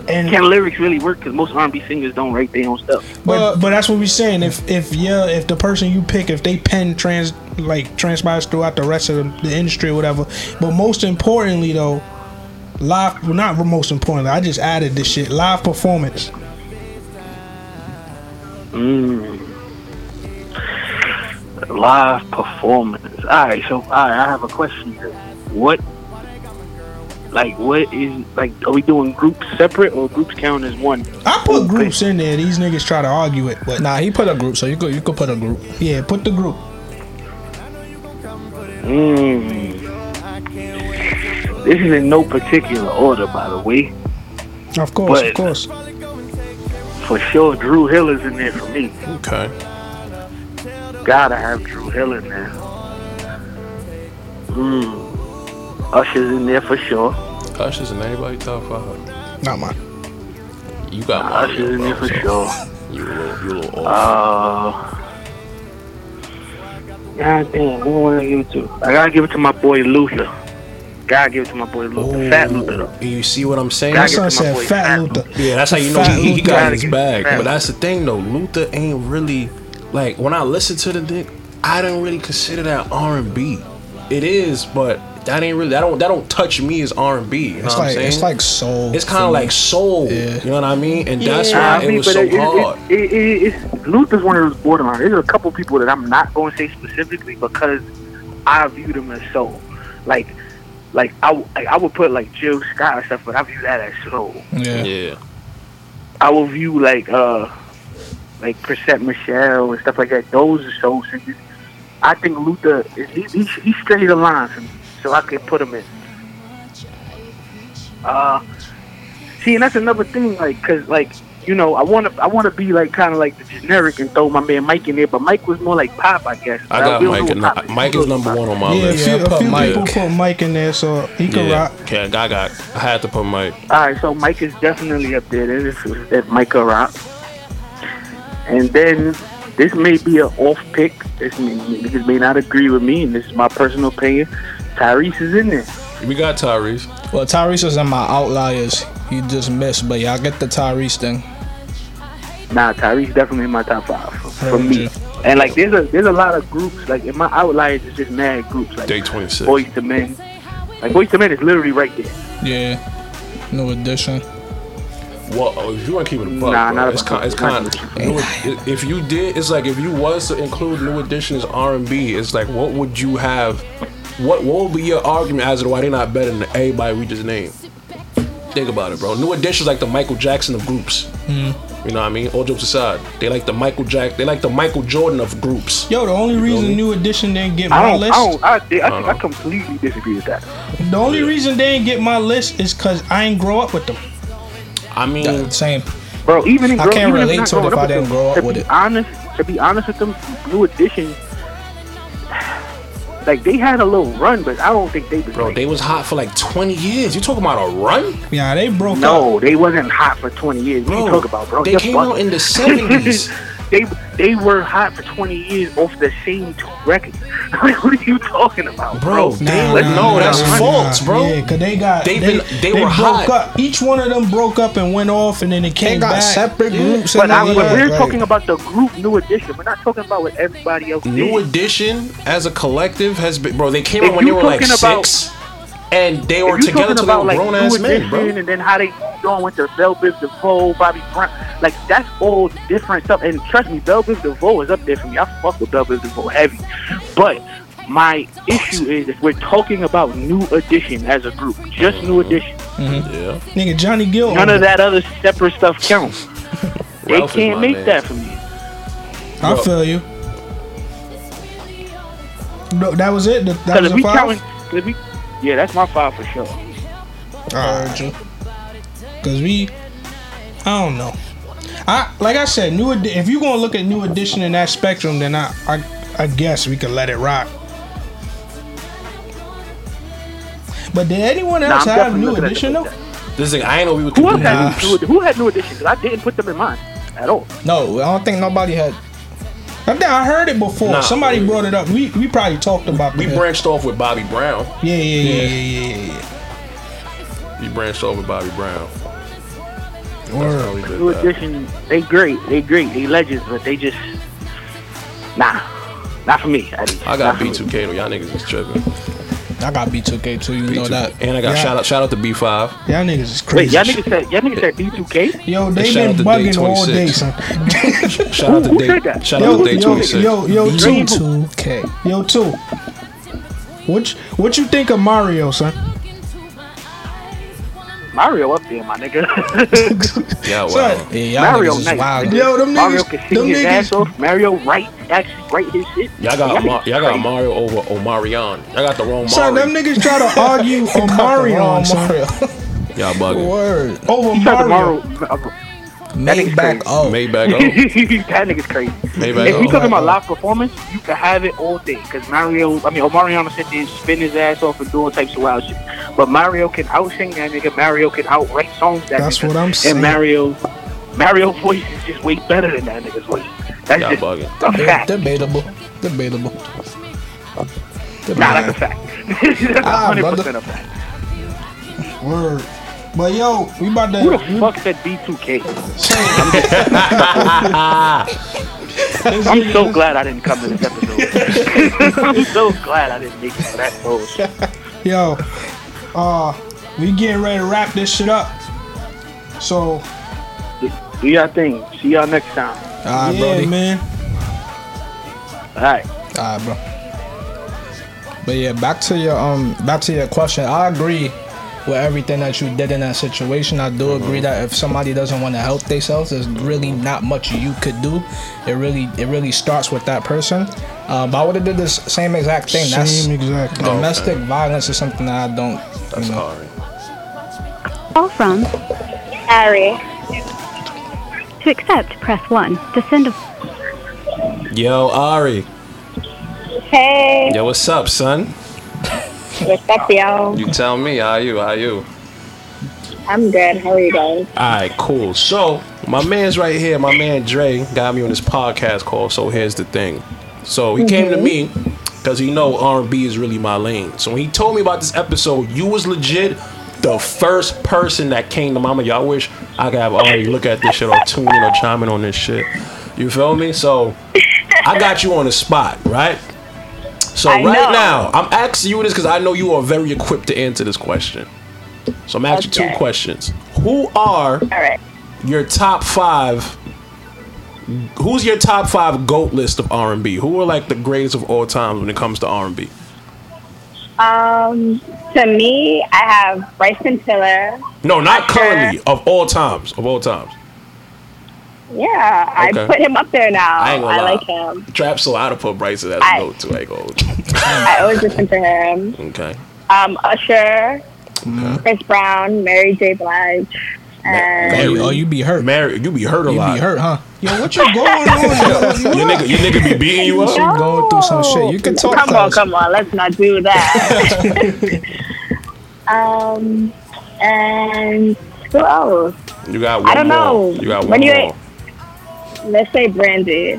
Speaker 1: and
Speaker 6: Can lyrics really work? Because most R and B singers don't write their own stuff.
Speaker 1: But but that's what we're saying. If if yeah, if the person you pick, if they pen trans like transpires throughout the rest of the, the industry or whatever. But most importantly though, live well not most importantly, I just added this shit. Live performance.
Speaker 6: Live performance. All right. So all right, I have a question here. What? Like what is like? Are we doing groups separate or groups count as one?
Speaker 1: I put groups in there. These niggas try to argue it, but
Speaker 3: Nah, he put a group, so you could you could put a group.
Speaker 1: yeah, put the group.
Speaker 6: Mm. This is in no particular order, by the way.
Speaker 1: Of course, of
Speaker 6: But-
Speaker 1: course.
Speaker 6: For sure, Drew Hill is in there for me.
Speaker 2: Okay.
Speaker 6: Gotta have Drew Hill in there. Mm. Usher's in there for sure.
Speaker 2: Usher's in everybody top five.
Speaker 1: Not mine.
Speaker 2: You got
Speaker 6: Usher's
Speaker 2: Mario,
Speaker 6: in there
Speaker 2: bro.
Speaker 6: for
Speaker 2: so
Speaker 6: sure.
Speaker 2: You a little, you a little off.
Speaker 6: Uh, God damn, who want to give it to? I gotta give it to my boy Luther. Gotta give it to my boy Luther. Fat Luther, though.
Speaker 2: You see what I'm saying?
Speaker 6: Gotta
Speaker 1: That's
Speaker 6: give
Speaker 1: what I
Speaker 6: it to my
Speaker 1: said.
Speaker 6: boy
Speaker 1: Fat Luther.
Speaker 2: Yeah, that's how you know
Speaker 1: Fat
Speaker 2: he, he
Speaker 1: Luther.
Speaker 2: got his bag.
Speaker 6: Fat.
Speaker 2: But that's the thing though, Luther ain't really like when I listen to the dick, I don't really consider that R and B. It is, but that ain't really that don't that don't touch me as R and B. You know
Speaker 1: It's
Speaker 2: what I'm
Speaker 1: like
Speaker 2: saying?
Speaker 1: it's like soul.
Speaker 2: it's kind of like soul. You know what I mean? And that's
Speaker 6: Yeah,
Speaker 2: why it was
Speaker 6: but
Speaker 2: so
Speaker 6: it- it-
Speaker 2: hard.
Speaker 6: It, it, it, it's, Luther's one of those borderline. There's a couple people that I'm not going to say specifically because I view them as soul. Like, like I, w- like, I would put like Jill Scott and stuff, but I view that as soul.
Speaker 3: Yeah.
Speaker 2: yeah.
Speaker 6: I will view like uh like Percent Michelle and stuff like that. Those are soul singers. I think Luther is he he, he straight the line for me, so I can put him in. Uh, see, and that's another thing, like, cause like you know, I wanna I wanna be like kind of like the generic and throw my man Mike in there, but Mike was more like pop, I guess.
Speaker 2: I
Speaker 6: But
Speaker 2: got
Speaker 6: really
Speaker 2: Mike.
Speaker 6: know
Speaker 2: And
Speaker 6: pop
Speaker 2: Mike is number one on my
Speaker 1: yeah, a
Speaker 2: list.
Speaker 1: few,
Speaker 3: Yeah,
Speaker 1: a
Speaker 3: put
Speaker 1: few
Speaker 3: Mike.
Speaker 1: people put Mike in there, so he can
Speaker 2: Yeah.
Speaker 1: rock.
Speaker 2: Okay, I got, I had to put Mike.
Speaker 6: All right, so Mike is definitely up there. This is at Micah Rock. And then this may be an off pick. This may, niggas may not agree with me, and this is my personal opinion. Tyrese is in there.
Speaker 2: We got Tyrese.
Speaker 3: Well, Tyrese is in my outliers. He just missed, but y'all get the Tyrese thing.
Speaker 6: Nah, Tyrese definitely in my top five for, for
Speaker 3: Heard
Speaker 6: me.
Speaker 3: you.
Speaker 6: And like, there's a there's a lot of groups. Like in my outliers, it's just mad groups. Like
Speaker 2: Day 26.
Speaker 6: Boys to Men. Like Boys to Men is literally right there.
Speaker 3: Yeah. New addition.
Speaker 2: Well, oh, if you want to keep it a buck,
Speaker 6: Nah,
Speaker 2: bro,
Speaker 6: not a
Speaker 2: it's
Speaker 6: buck.
Speaker 2: kind, it's
Speaker 6: Not
Speaker 2: kind.
Speaker 6: a buck.
Speaker 2: New, if you did, it's like if you was to include New Edition as R and B, it's like what would you have? What what would be your argument as to why they're not better than everybody we just named? Think about it, bro. New Edition's like the Michael Jackson of groups.
Speaker 1: Hmm.
Speaker 2: You know what I mean? All jokes aside, they like the Michael Jack. They like the Michael Jordan of groups.
Speaker 1: Yo, the only reason
Speaker 2: me?
Speaker 1: New Edition didn't get
Speaker 6: I
Speaker 1: my
Speaker 6: don't. I
Speaker 1: list.
Speaker 6: don't. I, I, think- I, think I
Speaker 2: know.
Speaker 6: completely disagree with that.
Speaker 1: The only reason they didn't get my list is because I ain't grow up with them.
Speaker 2: I mean,
Speaker 3: Yeah, Same.
Speaker 6: Bro, even in
Speaker 3: I
Speaker 6: grow-
Speaker 3: can't
Speaker 6: even
Speaker 3: relate
Speaker 6: not
Speaker 3: to it if
Speaker 6: growing up
Speaker 3: I
Speaker 6: with
Speaker 3: didn't
Speaker 6: them,
Speaker 3: grow up
Speaker 6: to
Speaker 3: with
Speaker 6: be
Speaker 3: it.
Speaker 6: Honest, to be honest with them, New Edition, like they had a little run, but I don't think they. Was
Speaker 2: bro,
Speaker 6: like-
Speaker 2: they was hot for like 20 years. You talking about a run?
Speaker 1: Yeah, they broke up.
Speaker 6: no, they wasn't hot for twenty years. What
Speaker 2: Bro,
Speaker 6: you talk about, bro?
Speaker 2: they
Speaker 6: Just
Speaker 2: came
Speaker 6: one-
Speaker 2: out in the 70s.
Speaker 6: they they were hot for twenty years off the same two records. Like, what are you talking about,
Speaker 2: Bro,
Speaker 6: bro?
Speaker 2: they- no, that's
Speaker 6: run.
Speaker 2: false. bro.
Speaker 1: Yeah, cause they got
Speaker 2: They
Speaker 1: they
Speaker 2: been- they were
Speaker 1: broke
Speaker 2: hot.
Speaker 1: up. Each one of them broke up and went off, and then they came back.
Speaker 3: groups.
Speaker 6: But I, but we're
Speaker 1: right.
Speaker 6: talking about the group New Edition. We're not talking about what everybody else
Speaker 2: New
Speaker 6: did.
Speaker 2: Edition as a collective has been, bro. They came
Speaker 6: If
Speaker 2: out when they
Speaker 6: you
Speaker 2: were like
Speaker 6: talking about-
Speaker 2: six, and they
Speaker 6: If
Speaker 2: were
Speaker 6: you
Speaker 2: together
Speaker 6: talking
Speaker 2: till they
Speaker 6: about
Speaker 2: were
Speaker 6: like
Speaker 2: grown ass
Speaker 6: who was
Speaker 2: men,
Speaker 6: this
Speaker 2: bro.
Speaker 6: in and then how they going with the Bell Biv DeVoe, Bobby Brown, like that's all different stuff. And trust me, Bell Biv DeVoe is up there for me. I fuck with Bell Biv DeVoe heavy, but my issue is if we're talking about New Edition as a group, just New Edition,
Speaker 2: Yeah,
Speaker 1: Nigga, Johnny Gill.
Speaker 6: none of that other separate stuff counts. They
Speaker 2: Ralph is
Speaker 6: can't
Speaker 2: my
Speaker 6: make
Speaker 2: man.
Speaker 6: that for me.
Speaker 1: I feel you. No, that was it. That, that
Speaker 6: Because
Speaker 1: was
Speaker 6: if
Speaker 1: a
Speaker 6: we
Speaker 1: five.
Speaker 6: counting, if we, yeah, that's my five for sure.
Speaker 1: Cause we, I don't know. I like I said, new. Edi- if you gonna look at new edition in that spectrum, then I, I, I guess we could let it rock. But did anyone
Speaker 6: Nah,
Speaker 1: else
Speaker 6: I'm
Speaker 1: have
Speaker 6: definitely
Speaker 1: new
Speaker 6: looking at
Speaker 1: edition
Speaker 6: them
Speaker 1: though?
Speaker 6: like that.
Speaker 2: this thing I ain't know we were
Speaker 6: Who else
Speaker 2: competing.
Speaker 1: Nah.
Speaker 6: had new, who had New Edition? 'Cause I didn't put them in mine at all.
Speaker 1: No, I don't think nobody had. I think I heard it before.
Speaker 2: Nah.
Speaker 1: Somebody brought it up. We we probably talked about
Speaker 2: We
Speaker 1: that.
Speaker 2: branched off with Bobby Brown.
Speaker 1: yeah, yeah, yeah, yeah, yeah, yeah, yeah.
Speaker 2: We branched off with Bobby Brown. That's how
Speaker 1: Word.
Speaker 2: we did
Speaker 6: New
Speaker 2: that.
Speaker 6: Edition, they great, they great, they legends, but they just nah, not for me. At least.
Speaker 2: I got
Speaker 6: Not for me.
Speaker 2: B2K though. Y'all niggas is tripping.
Speaker 1: I got B2K too. You know
Speaker 2: B2K.
Speaker 1: that.
Speaker 2: And I got
Speaker 1: Yeah.
Speaker 2: shout out shout out to B5.
Speaker 1: Y'all niggas is
Speaker 6: Wait,
Speaker 1: crazy.
Speaker 6: y'all niggas said y'all niggas said B2K.
Speaker 1: Yo,
Speaker 2: And
Speaker 1: they
Speaker 2: shout out
Speaker 1: been
Speaker 2: to
Speaker 1: bugging
Speaker 2: Day
Speaker 1: all day,
Speaker 2: 26.
Speaker 1: son.
Speaker 2: Shout out to
Speaker 6: Who said
Speaker 2: Day.
Speaker 6: that?
Speaker 2: Shout out
Speaker 1: Yo,
Speaker 2: to Day
Speaker 1: yo,
Speaker 2: 26.
Speaker 1: yo, yo, two,
Speaker 7: B2K.
Speaker 1: yo, two. What you, what you think of Mario, son?
Speaker 6: Mario up there, my nigga.
Speaker 2: Yeah, wow.
Speaker 1: Son,
Speaker 3: Yeah, y'all
Speaker 6: Mario
Speaker 3: niggas is
Speaker 6: nice.
Speaker 3: wild.
Speaker 1: Yo, them
Speaker 6: Mario
Speaker 1: niggas-
Speaker 6: can
Speaker 1: them
Speaker 6: sing his
Speaker 1: niggas-
Speaker 6: ass off. Mario write, actually write his shit.
Speaker 2: Y'all got
Speaker 6: Y'all
Speaker 2: Ma-
Speaker 6: niggas
Speaker 2: y'all got
Speaker 6: crazy.
Speaker 2: Mario over Omarion. Y'all got the wrong
Speaker 1: son, them
Speaker 2: Mario.
Speaker 1: niggas try to argue on Mario,
Speaker 3: Wrong
Speaker 1: son.
Speaker 3: Mario.
Speaker 2: Y'all bugging.
Speaker 3: Word.
Speaker 1: Over
Speaker 6: He tried to
Speaker 1: Mario.
Speaker 6: Mario. That
Speaker 3: Make back up.
Speaker 2: Maybach O.
Speaker 6: nigga's crazy.
Speaker 2: Maybach oh,
Speaker 6: If you
Speaker 2: O.
Speaker 6: talking about live performance, you can have it all day. Cause Mario, I mean, Omarion will sit there and spin his ass off and do all types of wild shit. But Mario can out sing that nigga. Mario can out write songs that
Speaker 1: That's
Speaker 6: nigga.
Speaker 1: what I'm saying.
Speaker 6: And Mario, Mario voice is just way better than that nigga's voice. That's
Speaker 2: Y'all
Speaker 6: just
Speaker 2: bugging.
Speaker 6: a fact.
Speaker 3: Debatable. Debatable.
Speaker 6: Nah, that's a fact. that's
Speaker 1: Ah,
Speaker 6: hundred percent
Speaker 1: brother.
Speaker 6: a fact.
Speaker 1: Word. But yo, we about
Speaker 6: Who the
Speaker 1: to.
Speaker 6: fuck said B2K? I'm so glad I didn't come to this episode. I'm so glad I didn't make it for that bullshit.
Speaker 1: Yo, uh, we getting ready to wrap this shit up. So,
Speaker 6: Do y'all thing. See y'all next time.
Speaker 3: All right,
Speaker 1: yeah,
Speaker 3: Brody.
Speaker 1: man.
Speaker 6: All right.
Speaker 3: All right, bro. But yeah, back to your um, back to your question. I agree with everything that you did in that situation. I do agree that if somebody doesn't want to help themselves, there's really not much you could do. It really, it really starts with that person. Uh, but I would have did this same exact thing. That's
Speaker 1: Same exact. thing.
Speaker 3: domestic violence is something that I don't.
Speaker 2: That's
Speaker 3: you know,
Speaker 2: hard.
Speaker 4: All from
Speaker 5: Harry.
Speaker 4: to accept, press one. To send a
Speaker 2: Yo, Ari.
Speaker 5: Hey.
Speaker 2: Yo, what's up, son?
Speaker 5: What's up, y'all?
Speaker 2: You tell me. How you? How you?
Speaker 5: I'm good. How are you guys?
Speaker 2: Alright, cool. So my man's right here, my man Dre got me on this podcast call, so here's the thing. So he came to me
Speaker 5: Mm-hmm.
Speaker 2: because he know R&B is really my lane. So when he told me about this episode, you was legit the first person that came to mama. Y'all wish I could have already look at this shit or tune in or chime in on this shit. You feel me? So I got you on the spot, right? So
Speaker 5: I
Speaker 2: right
Speaker 5: know.
Speaker 2: now, I'm asking you this because I know you are very equipped to answer this question. So I'm asking you
Speaker 5: Okay.
Speaker 2: two questions. Who are
Speaker 5: All right.
Speaker 2: your top five? Who's your top five goat list of R and B? Who are like the greatest of all time when it comes to R and B?
Speaker 5: Um, to me, I have Bryson Tiller.
Speaker 2: No, not
Speaker 5: Usher.
Speaker 2: currently. Of all times, of all times.
Speaker 5: Yeah,
Speaker 2: Okay.
Speaker 5: I put him up there now.
Speaker 2: I ain't gonna lie.
Speaker 5: like him.
Speaker 2: Trap so I'd put Bryson as a
Speaker 5: I-
Speaker 2: goat too. I go.
Speaker 5: I always listen to him.
Speaker 2: Okay.
Speaker 5: Um, Usher,
Speaker 2: Mm-hmm.
Speaker 5: Chris Brown, Mary J. Blige,
Speaker 3: oh,
Speaker 5: and
Speaker 2: Mary.
Speaker 3: you, oh, you be hurt.
Speaker 2: Mary, you be hurt a
Speaker 3: You
Speaker 2: lot.
Speaker 3: be hurt, huh?
Speaker 1: Yo, what you going on?
Speaker 2: Your nigga, your nigga be beating you up.
Speaker 5: No.
Speaker 3: going through some shit. You can talk
Speaker 5: Come
Speaker 3: to
Speaker 5: on,
Speaker 3: us.
Speaker 5: come on. Let's not do that. um, and who else?
Speaker 2: You got one
Speaker 5: I don't
Speaker 2: more.
Speaker 5: know.
Speaker 2: You got one
Speaker 5: When you
Speaker 2: more.
Speaker 5: ain't- Let's say Brandy.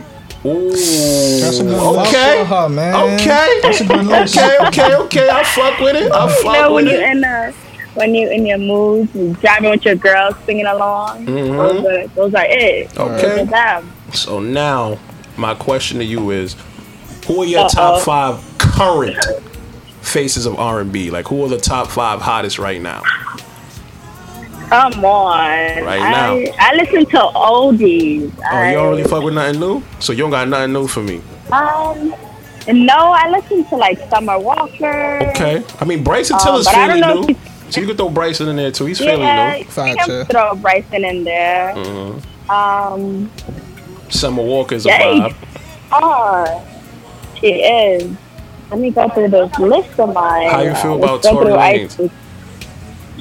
Speaker 2: Ooh.
Speaker 1: That's a good love
Speaker 2: okay.
Speaker 1: for her, man.
Speaker 2: Okay.
Speaker 1: That's a good love.
Speaker 2: Okay, okay, okay. I fuck with it. I
Speaker 5: You
Speaker 2: fuck
Speaker 5: know
Speaker 2: with
Speaker 5: when you
Speaker 2: it.
Speaker 5: in a when you in your mood, you driving with your girls, singing along. Those are those are it.
Speaker 2: Mm-hmm. Okay.
Speaker 5: Those are them.
Speaker 2: So now, my question to you is, who are your top
Speaker 5: Uh-oh.
Speaker 2: five current faces of R and B? Like who are the top five hottest right now?
Speaker 5: Come on.
Speaker 2: Right
Speaker 5: I,
Speaker 2: now.
Speaker 5: I listen to oldies.
Speaker 2: Oh,
Speaker 5: I,
Speaker 2: you don't really fuck with nothing new? So you don't got nothing new for me.
Speaker 5: um, no, I listen to like Summer Walker.
Speaker 2: Okay. I mean Bryson
Speaker 5: Um,
Speaker 2: Tiller's
Speaker 5: but I
Speaker 2: fairly
Speaker 5: don't know
Speaker 2: new.
Speaker 5: if
Speaker 2: So you could throw Bryson in there too. He's fairly Mm.
Speaker 5: Yeah, you
Speaker 2: new.
Speaker 3: Fact, yeah.
Speaker 5: can throw Bryson in there. Um,
Speaker 2: Summer Walker's a
Speaker 5: Yay.
Speaker 2: vibe.
Speaker 5: are. Ah, She is. Let me go through this list of mine.
Speaker 2: How you feel about
Speaker 5: Let's go
Speaker 2: Tory
Speaker 5: through
Speaker 2: Lanez?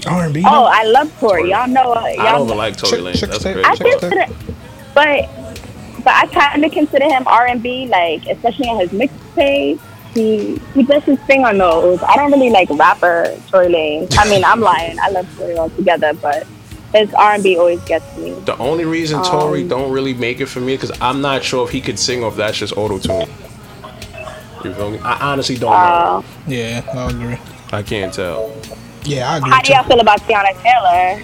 Speaker 5: ice-
Speaker 1: R&B.
Speaker 5: Oh, I love Tori. Y'all know. uh, Y'all
Speaker 2: I don't even like Tory
Speaker 1: Chick-
Speaker 2: Lanez.
Speaker 1: chick-
Speaker 2: That's
Speaker 1: chick-
Speaker 2: crazy.
Speaker 5: I
Speaker 1: chick-
Speaker 2: But-
Speaker 5: consider, but but I kind of consider him R and B, like especially on his mixtape. He he does his thing on those. I don't really like rapper Tory Lanez. I mean, I'm lying. I love Tory Lanez together, but his R and B always gets me.
Speaker 2: The only reason
Speaker 5: Um,
Speaker 2: Tory don't really make it for me because I'm not sure if he could sing or if that's just auto tune. You feel me? I honestly don't know.
Speaker 5: Uh,
Speaker 3: Yeah, I agree.
Speaker 2: I can't tell.
Speaker 3: Yeah, I agree.
Speaker 5: how do y'all
Speaker 3: too.
Speaker 5: feel about Tiana Taylor?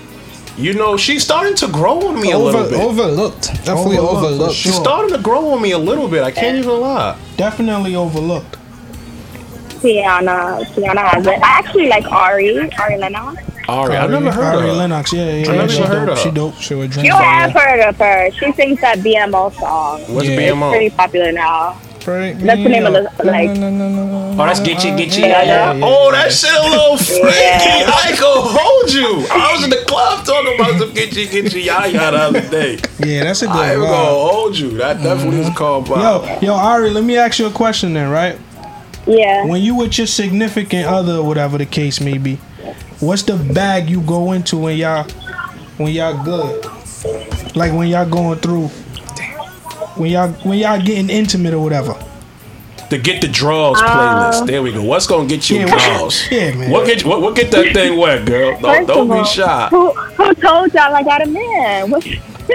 Speaker 2: You know, she's starting to grow on me a little
Speaker 3: Over,
Speaker 2: bit.
Speaker 3: overlooked. Definitely
Speaker 1: Overlooked, for
Speaker 3: overlooked.
Speaker 2: She's starting to grow on me a little bit. I can't even lie.
Speaker 1: Definitely overlooked.
Speaker 5: Tiana, Tiana has it. I actually like Ari, Ari Lennox.
Speaker 2: Ari, I've never heard
Speaker 1: Ari
Speaker 2: of her.
Speaker 1: Lennox, yeah, yeah.
Speaker 2: I
Speaker 1: yeah,
Speaker 2: never
Speaker 1: she
Speaker 2: even
Speaker 1: dope,
Speaker 2: heard of her.
Speaker 1: She dope.
Speaker 3: She would drink
Speaker 5: You
Speaker 3: that,
Speaker 5: have heard of her. She sings that BMO song.
Speaker 2: What's
Speaker 3: Yeah.
Speaker 5: It's
Speaker 2: BMO?
Speaker 5: pretty popular now.
Speaker 3: Break
Speaker 5: That's
Speaker 3: me
Speaker 5: the name of
Speaker 3: up.
Speaker 5: the- like-
Speaker 3: No, no, no, no, no.
Speaker 2: Oh, that's get you, get you.
Speaker 5: Yeah, yeah,
Speaker 3: yeah.
Speaker 2: Oh, that shit a little freaky.
Speaker 5: Yeah.
Speaker 2: I ain't gonna hold you. I was in the club talking about some get you, get you, yada yada the other day.
Speaker 1: Yeah, that's a good
Speaker 2: I ain't gonna
Speaker 1: vibe.
Speaker 2: hold you. That definitely is called by.
Speaker 1: Yo, yo, Ari, let me ask you a question then, right?
Speaker 5: Yeah.
Speaker 1: When you with your significant other, whatever the case may be, what's the bag you go into when y'all when y'all good? Like when y'all going through when y'all when y'all getting intimate or whatever.
Speaker 2: The get the draws
Speaker 5: Oh.
Speaker 2: playlist. There we go. What's gonna get you
Speaker 1: Yeah, what-
Speaker 2: draws?
Speaker 1: yeah, man.
Speaker 2: What get what, what get that thing wet, girl? Don't,
Speaker 5: First
Speaker 2: don't
Speaker 5: of all,
Speaker 2: be shy.
Speaker 5: Who, who told y'all I got a man? What,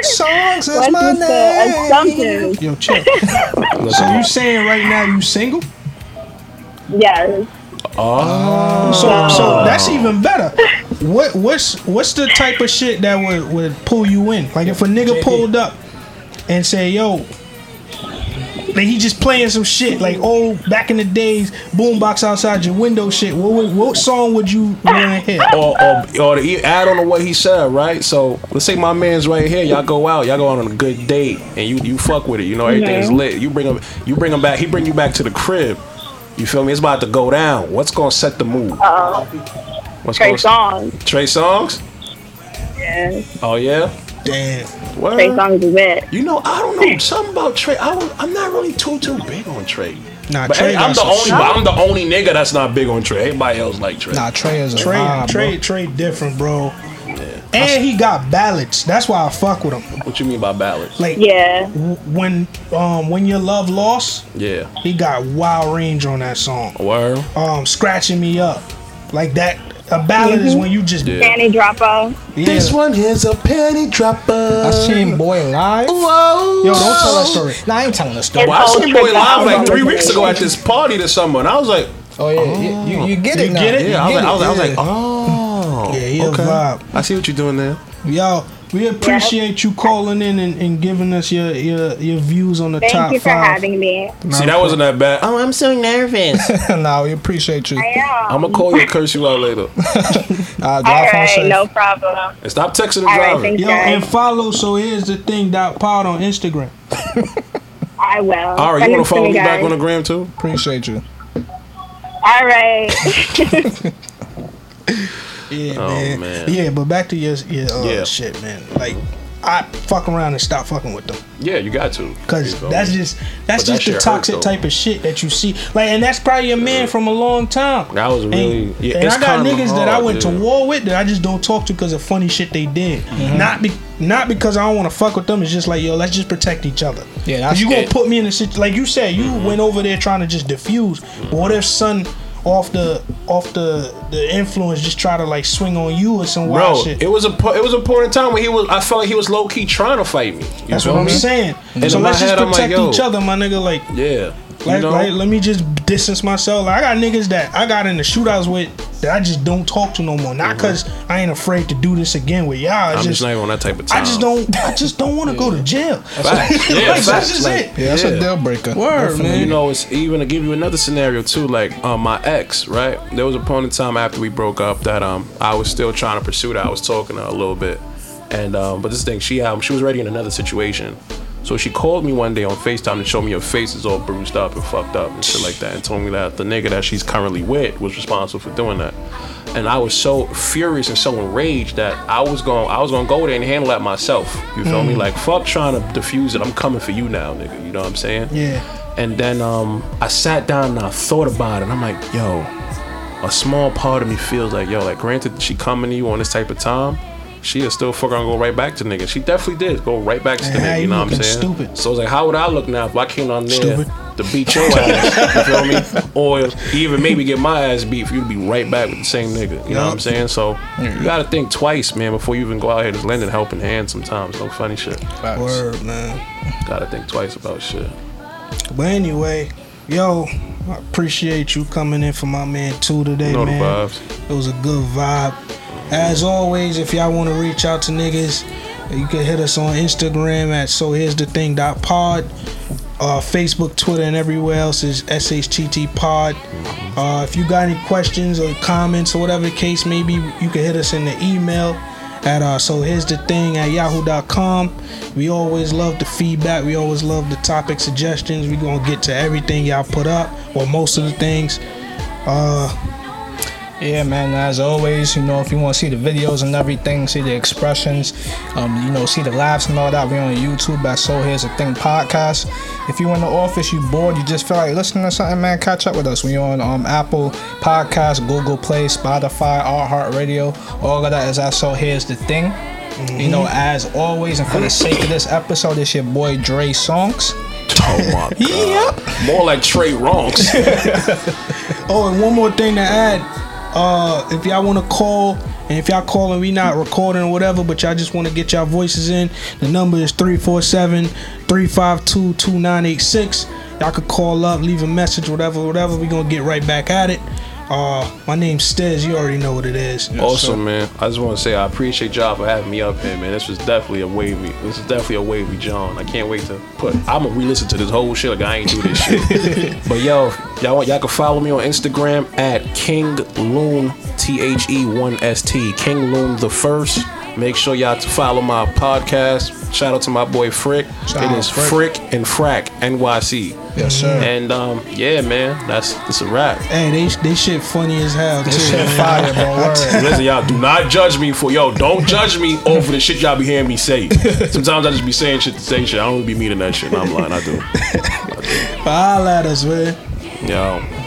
Speaker 1: Songs is
Speaker 5: what's
Speaker 1: my
Speaker 5: with the
Speaker 1: name.
Speaker 5: assumptions?
Speaker 1: Yo, chill. so
Speaker 2: Listen,
Speaker 1: you saying right now you single?
Speaker 5: Yes.
Speaker 2: oh,
Speaker 1: So so that's even better. What what's what's the type of shit that would would pull you in? Like if a nigga pulled up and say, "Yo," like he just playing some shit like old back in the days, boombox outside your window shit. What would, what song would you want to hear?
Speaker 2: or, or, or to add on to what he said, right? So let's say my man's right here. Y'all go out. Y'all go out on a good date, and you you fuck with it. You know everything's lit. You bring him you bring him back. He bring you back to the crib. You feel me? It's about to go down. What's gonna set the mood? What's
Speaker 5: Trey
Speaker 2: gonna-
Speaker 5: Songz.
Speaker 2: Trey songs.
Speaker 5: Yes.
Speaker 2: Oh yeah.
Speaker 1: Damn,
Speaker 2: Word.
Speaker 1: Mm.
Speaker 5: Trey Songz is it.
Speaker 2: You know, I don't know something about Trey. I don't, I'm not really too too big on Trey.
Speaker 1: nah,
Speaker 2: But
Speaker 1: Trey.
Speaker 2: hey, I'm the
Speaker 1: got some
Speaker 2: only
Speaker 1: shit.
Speaker 2: I'm the only nigga that's not big on Trey. Everybody else like Trey.
Speaker 3: Nah, Trey is a
Speaker 1: Trey,
Speaker 3: vibe,
Speaker 1: Trey,
Speaker 3: bro.
Speaker 1: Trey, different, bro. And he got ballads. That's why I fuck with him.
Speaker 2: What you mean by ballads?
Speaker 1: Like
Speaker 5: Yeah.
Speaker 1: w- when um when your love lost,
Speaker 2: Yeah.
Speaker 1: he got wild range on that song.
Speaker 2: Word.
Speaker 1: um scratching me up like that a ballad
Speaker 5: Mm-hmm.
Speaker 1: is when you just
Speaker 2: Yeah.
Speaker 5: Danny Droppo.
Speaker 1: Yeah.
Speaker 2: one is a penny dropper.
Speaker 3: That's Shane Boy live.
Speaker 2: Whoa.
Speaker 3: Yo, don't tell that story. Nah, I ain't telling that story.
Speaker 2: Well, I seen Boy live like three weeks ago at this party to someone. I was like,
Speaker 3: Oh yeah, you- you, you get it
Speaker 1: You
Speaker 3: now.
Speaker 1: get it?
Speaker 3: You
Speaker 2: yeah, I was like, I was, I was
Speaker 3: yeah.
Speaker 2: like, oh,
Speaker 1: Yeah, he a vibe.
Speaker 2: I see what you're doing there.
Speaker 1: yo we appreciate you calling in and, and giving us your, your your views on the
Speaker 5: Thank
Speaker 1: top
Speaker 5: you for
Speaker 1: five
Speaker 5: having me.
Speaker 2: See, that wasn't that bad. I'm,
Speaker 7: Oh, I'm so nervous.
Speaker 3: nah, we appreciate you.
Speaker 5: I
Speaker 2: I'm
Speaker 5: am.
Speaker 2: gonna call you and curse you out later.
Speaker 3: Uh,
Speaker 5: All
Speaker 3: drive home
Speaker 5: right.
Speaker 3: safe.
Speaker 5: No problem.
Speaker 2: And stop texting and
Speaker 5: All right.
Speaker 2: driving.
Speaker 5: Thank you.
Speaker 1: yo and follow so here's the thing dot pod on instagram
Speaker 5: I will.
Speaker 2: All right,
Speaker 5: Send
Speaker 2: you
Speaker 5: it
Speaker 2: wanna follow
Speaker 5: me,
Speaker 2: me back on
Speaker 5: guys.
Speaker 2: the gram too?
Speaker 3: Appreciate you.
Speaker 5: All right.
Speaker 1: yeah
Speaker 2: Oh,
Speaker 1: man.
Speaker 2: man.
Speaker 1: yeah but back to your, your uh,
Speaker 2: Yeah.
Speaker 1: shit man like i fuck around and stop fucking with them
Speaker 2: Yeah, you got to. You
Speaker 1: Cause
Speaker 2: feel
Speaker 1: that's
Speaker 2: me?
Speaker 1: just that's
Speaker 2: But that
Speaker 1: just the
Speaker 2: shit
Speaker 1: toxic
Speaker 2: hurt, though.
Speaker 1: type of shit that you see. Like, and that's probably a man from a long time.
Speaker 2: That was really-
Speaker 1: And,
Speaker 2: yeah,
Speaker 1: and
Speaker 2: it's
Speaker 1: I got
Speaker 2: kinda
Speaker 1: niggas that I
Speaker 2: hard,
Speaker 1: went
Speaker 2: yeah.
Speaker 1: to war with that I just don't talk to because of funny shit they did.
Speaker 3: Mm-hmm.
Speaker 1: Not be not because I don't want to fuck with them. It's just like yo, let's just protect each other.
Speaker 3: Yeah, that's
Speaker 1: Cause you gonna
Speaker 3: it.
Speaker 1: put me in a situation like you said. You
Speaker 2: Mm-hmm.
Speaker 1: went over there trying to just diffuse. But what if son off the off the the influence just try to like swing on you or some wild
Speaker 2: Bro,
Speaker 1: shit?
Speaker 2: it was a po- it was a point in time when he was. I felt like he was low key trying to fight me. You
Speaker 1: that's
Speaker 2: feel
Speaker 1: what I'm
Speaker 2: me?
Speaker 1: saying.
Speaker 2: in
Speaker 1: So
Speaker 2: my
Speaker 1: let's just
Speaker 2: head, I'm like,
Speaker 1: protect
Speaker 2: yo.
Speaker 1: each other, my nigga. Like.
Speaker 2: Yeah, you
Speaker 1: Like,
Speaker 2: know.
Speaker 1: like, let me just distance myself. Like, I got niggas that I got in the shootouts with that I just don't talk to no more. Not because I ain't afraid to do this again with y'all. It's
Speaker 2: Mm-hmm. I'm just
Speaker 1: just,
Speaker 2: not even on that type of time.
Speaker 1: I just don't. I just don't want to go to jail.
Speaker 2: Facts. Yeah,
Speaker 1: Like,
Speaker 2: facts.
Speaker 1: that's just
Speaker 2: Like,
Speaker 1: it.
Speaker 3: Yeah, that's a deal breaker.
Speaker 1: Word,
Speaker 3: Definitely.
Speaker 1: man.
Speaker 2: You know, it's even to give you another scenario too. Like uh, my ex, right? There was a point in time after we broke up that um I was still trying to pursue that. I was talking to her a little bit, and um, but this thing, she um she was already in another situation. So she called me one day on Facetime and showed me her face is all bruised up and fucked up and shit like that, and told me that the nigga that she's currently with was responsible for doing that. And I was so furious and so enraged that I was going, I was going to go there and handle that myself. You feel
Speaker 1: Mm.
Speaker 2: me? Like fuck, trying to diffuse it. I'm coming for you now, nigga. You know what I'm saying?
Speaker 1: Yeah.
Speaker 2: And then um, I sat down and I thought about it. And I'm like, yo, a small part of me feels like, yo, like granted she coming to you on this type of time, she is still fucking gonna go right back to niggas. She definitely did go right back to the
Speaker 1: Man, how
Speaker 2: nigga. You
Speaker 1: you
Speaker 2: know what I'm
Speaker 1: looking
Speaker 2: saying?
Speaker 1: stupid.
Speaker 2: So it's like, how would I look now if I came down there
Speaker 1: Stupid.
Speaker 2: to beat your ass? you feel me? Or even maybe get my ass beat for you to be right back with the same nigga. You know what I'm
Speaker 1: Yup.
Speaker 2: saying? So you gotta think twice, man, before you even go out here just lending helping hand sometimes. No funny shit.
Speaker 3: Facts.
Speaker 1: Word, man.
Speaker 2: Gotta think twice about shit.
Speaker 1: But anyway, yo, I appreciate you coming in for my man too today,
Speaker 2: You know the
Speaker 1: man.
Speaker 2: vibes.
Speaker 1: It was a good vibe. As always, if y'all want to reach out to niggas, you can hit us on Instagram at so here's the thing dot pod. Uh, Facebook, Twitter, and everywhere else is SHTT Pod. Uh, if you got any questions or comments or whatever the case may be, you can hit us in the email at uh so here's the thing at yahoo.com we always love the feedback we always love the topic suggestions we gonna get to everything y'all put up or most of the things
Speaker 3: Yeah, man. As always, you know, if you want to see the videos and everything, see the expressions, um, you know, see the lives and all that, we on YouTube at So Here's a Thing podcast. If you in the office, you bored, you just feel like listening to something, man, catch up with us. We on um, Apple Podcasts, Google Play, Spotify, Our Heart Radio. All of that is at So Here's the Thing. You know, as always, and for the sake of this episode, it's your boy Dre Songs.
Speaker 2: Oh my god. More like Trey Ronks.
Speaker 1: oh and one more thing to add uh if y'all want to call and if y'all calling we not recording or whatever but y'all just want to get y'all voices in the number is 347-352-2986 y'all could call up leave a message whatever whatever we gonna get right back at it uh my name's Stez you already know what it is
Speaker 2: awesome, man. I just want to say I appreciate y'all for having me up here, man. This was definitely a wavy. This is definitely a wavy John. I can't wait to put. I'm gonna re-listen to this whole shit. Like I ain't do this shit. but yo, y'all want y'all can follow me on Instagram at King Loon T H E one S T King Loon the first. Make sure y'all to follow my podcast. Shout out to my boy Frick. it
Speaker 3: out
Speaker 2: is
Speaker 3: Frick.
Speaker 2: Frick. and Frack NYC.
Speaker 3: Yes, sir.
Speaker 2: And um, yeah, man, that's that's a wrap.
Speaker 1: Hey, they they shit funny as hell too.
Speaker 3: Shit
Speaker 1: man.
Speaker 3: fire, bro. Word.
Speaker 2: Listen, y'all, do not judge me for yo. Don't judge me over the shit y'all be hearing me say. Sometimes I just be saying shit to say shit. I don't be meaning that shit. and I'm lying. I do.
Speaker 1: But holla at us, man.
Speaker 2: Yo.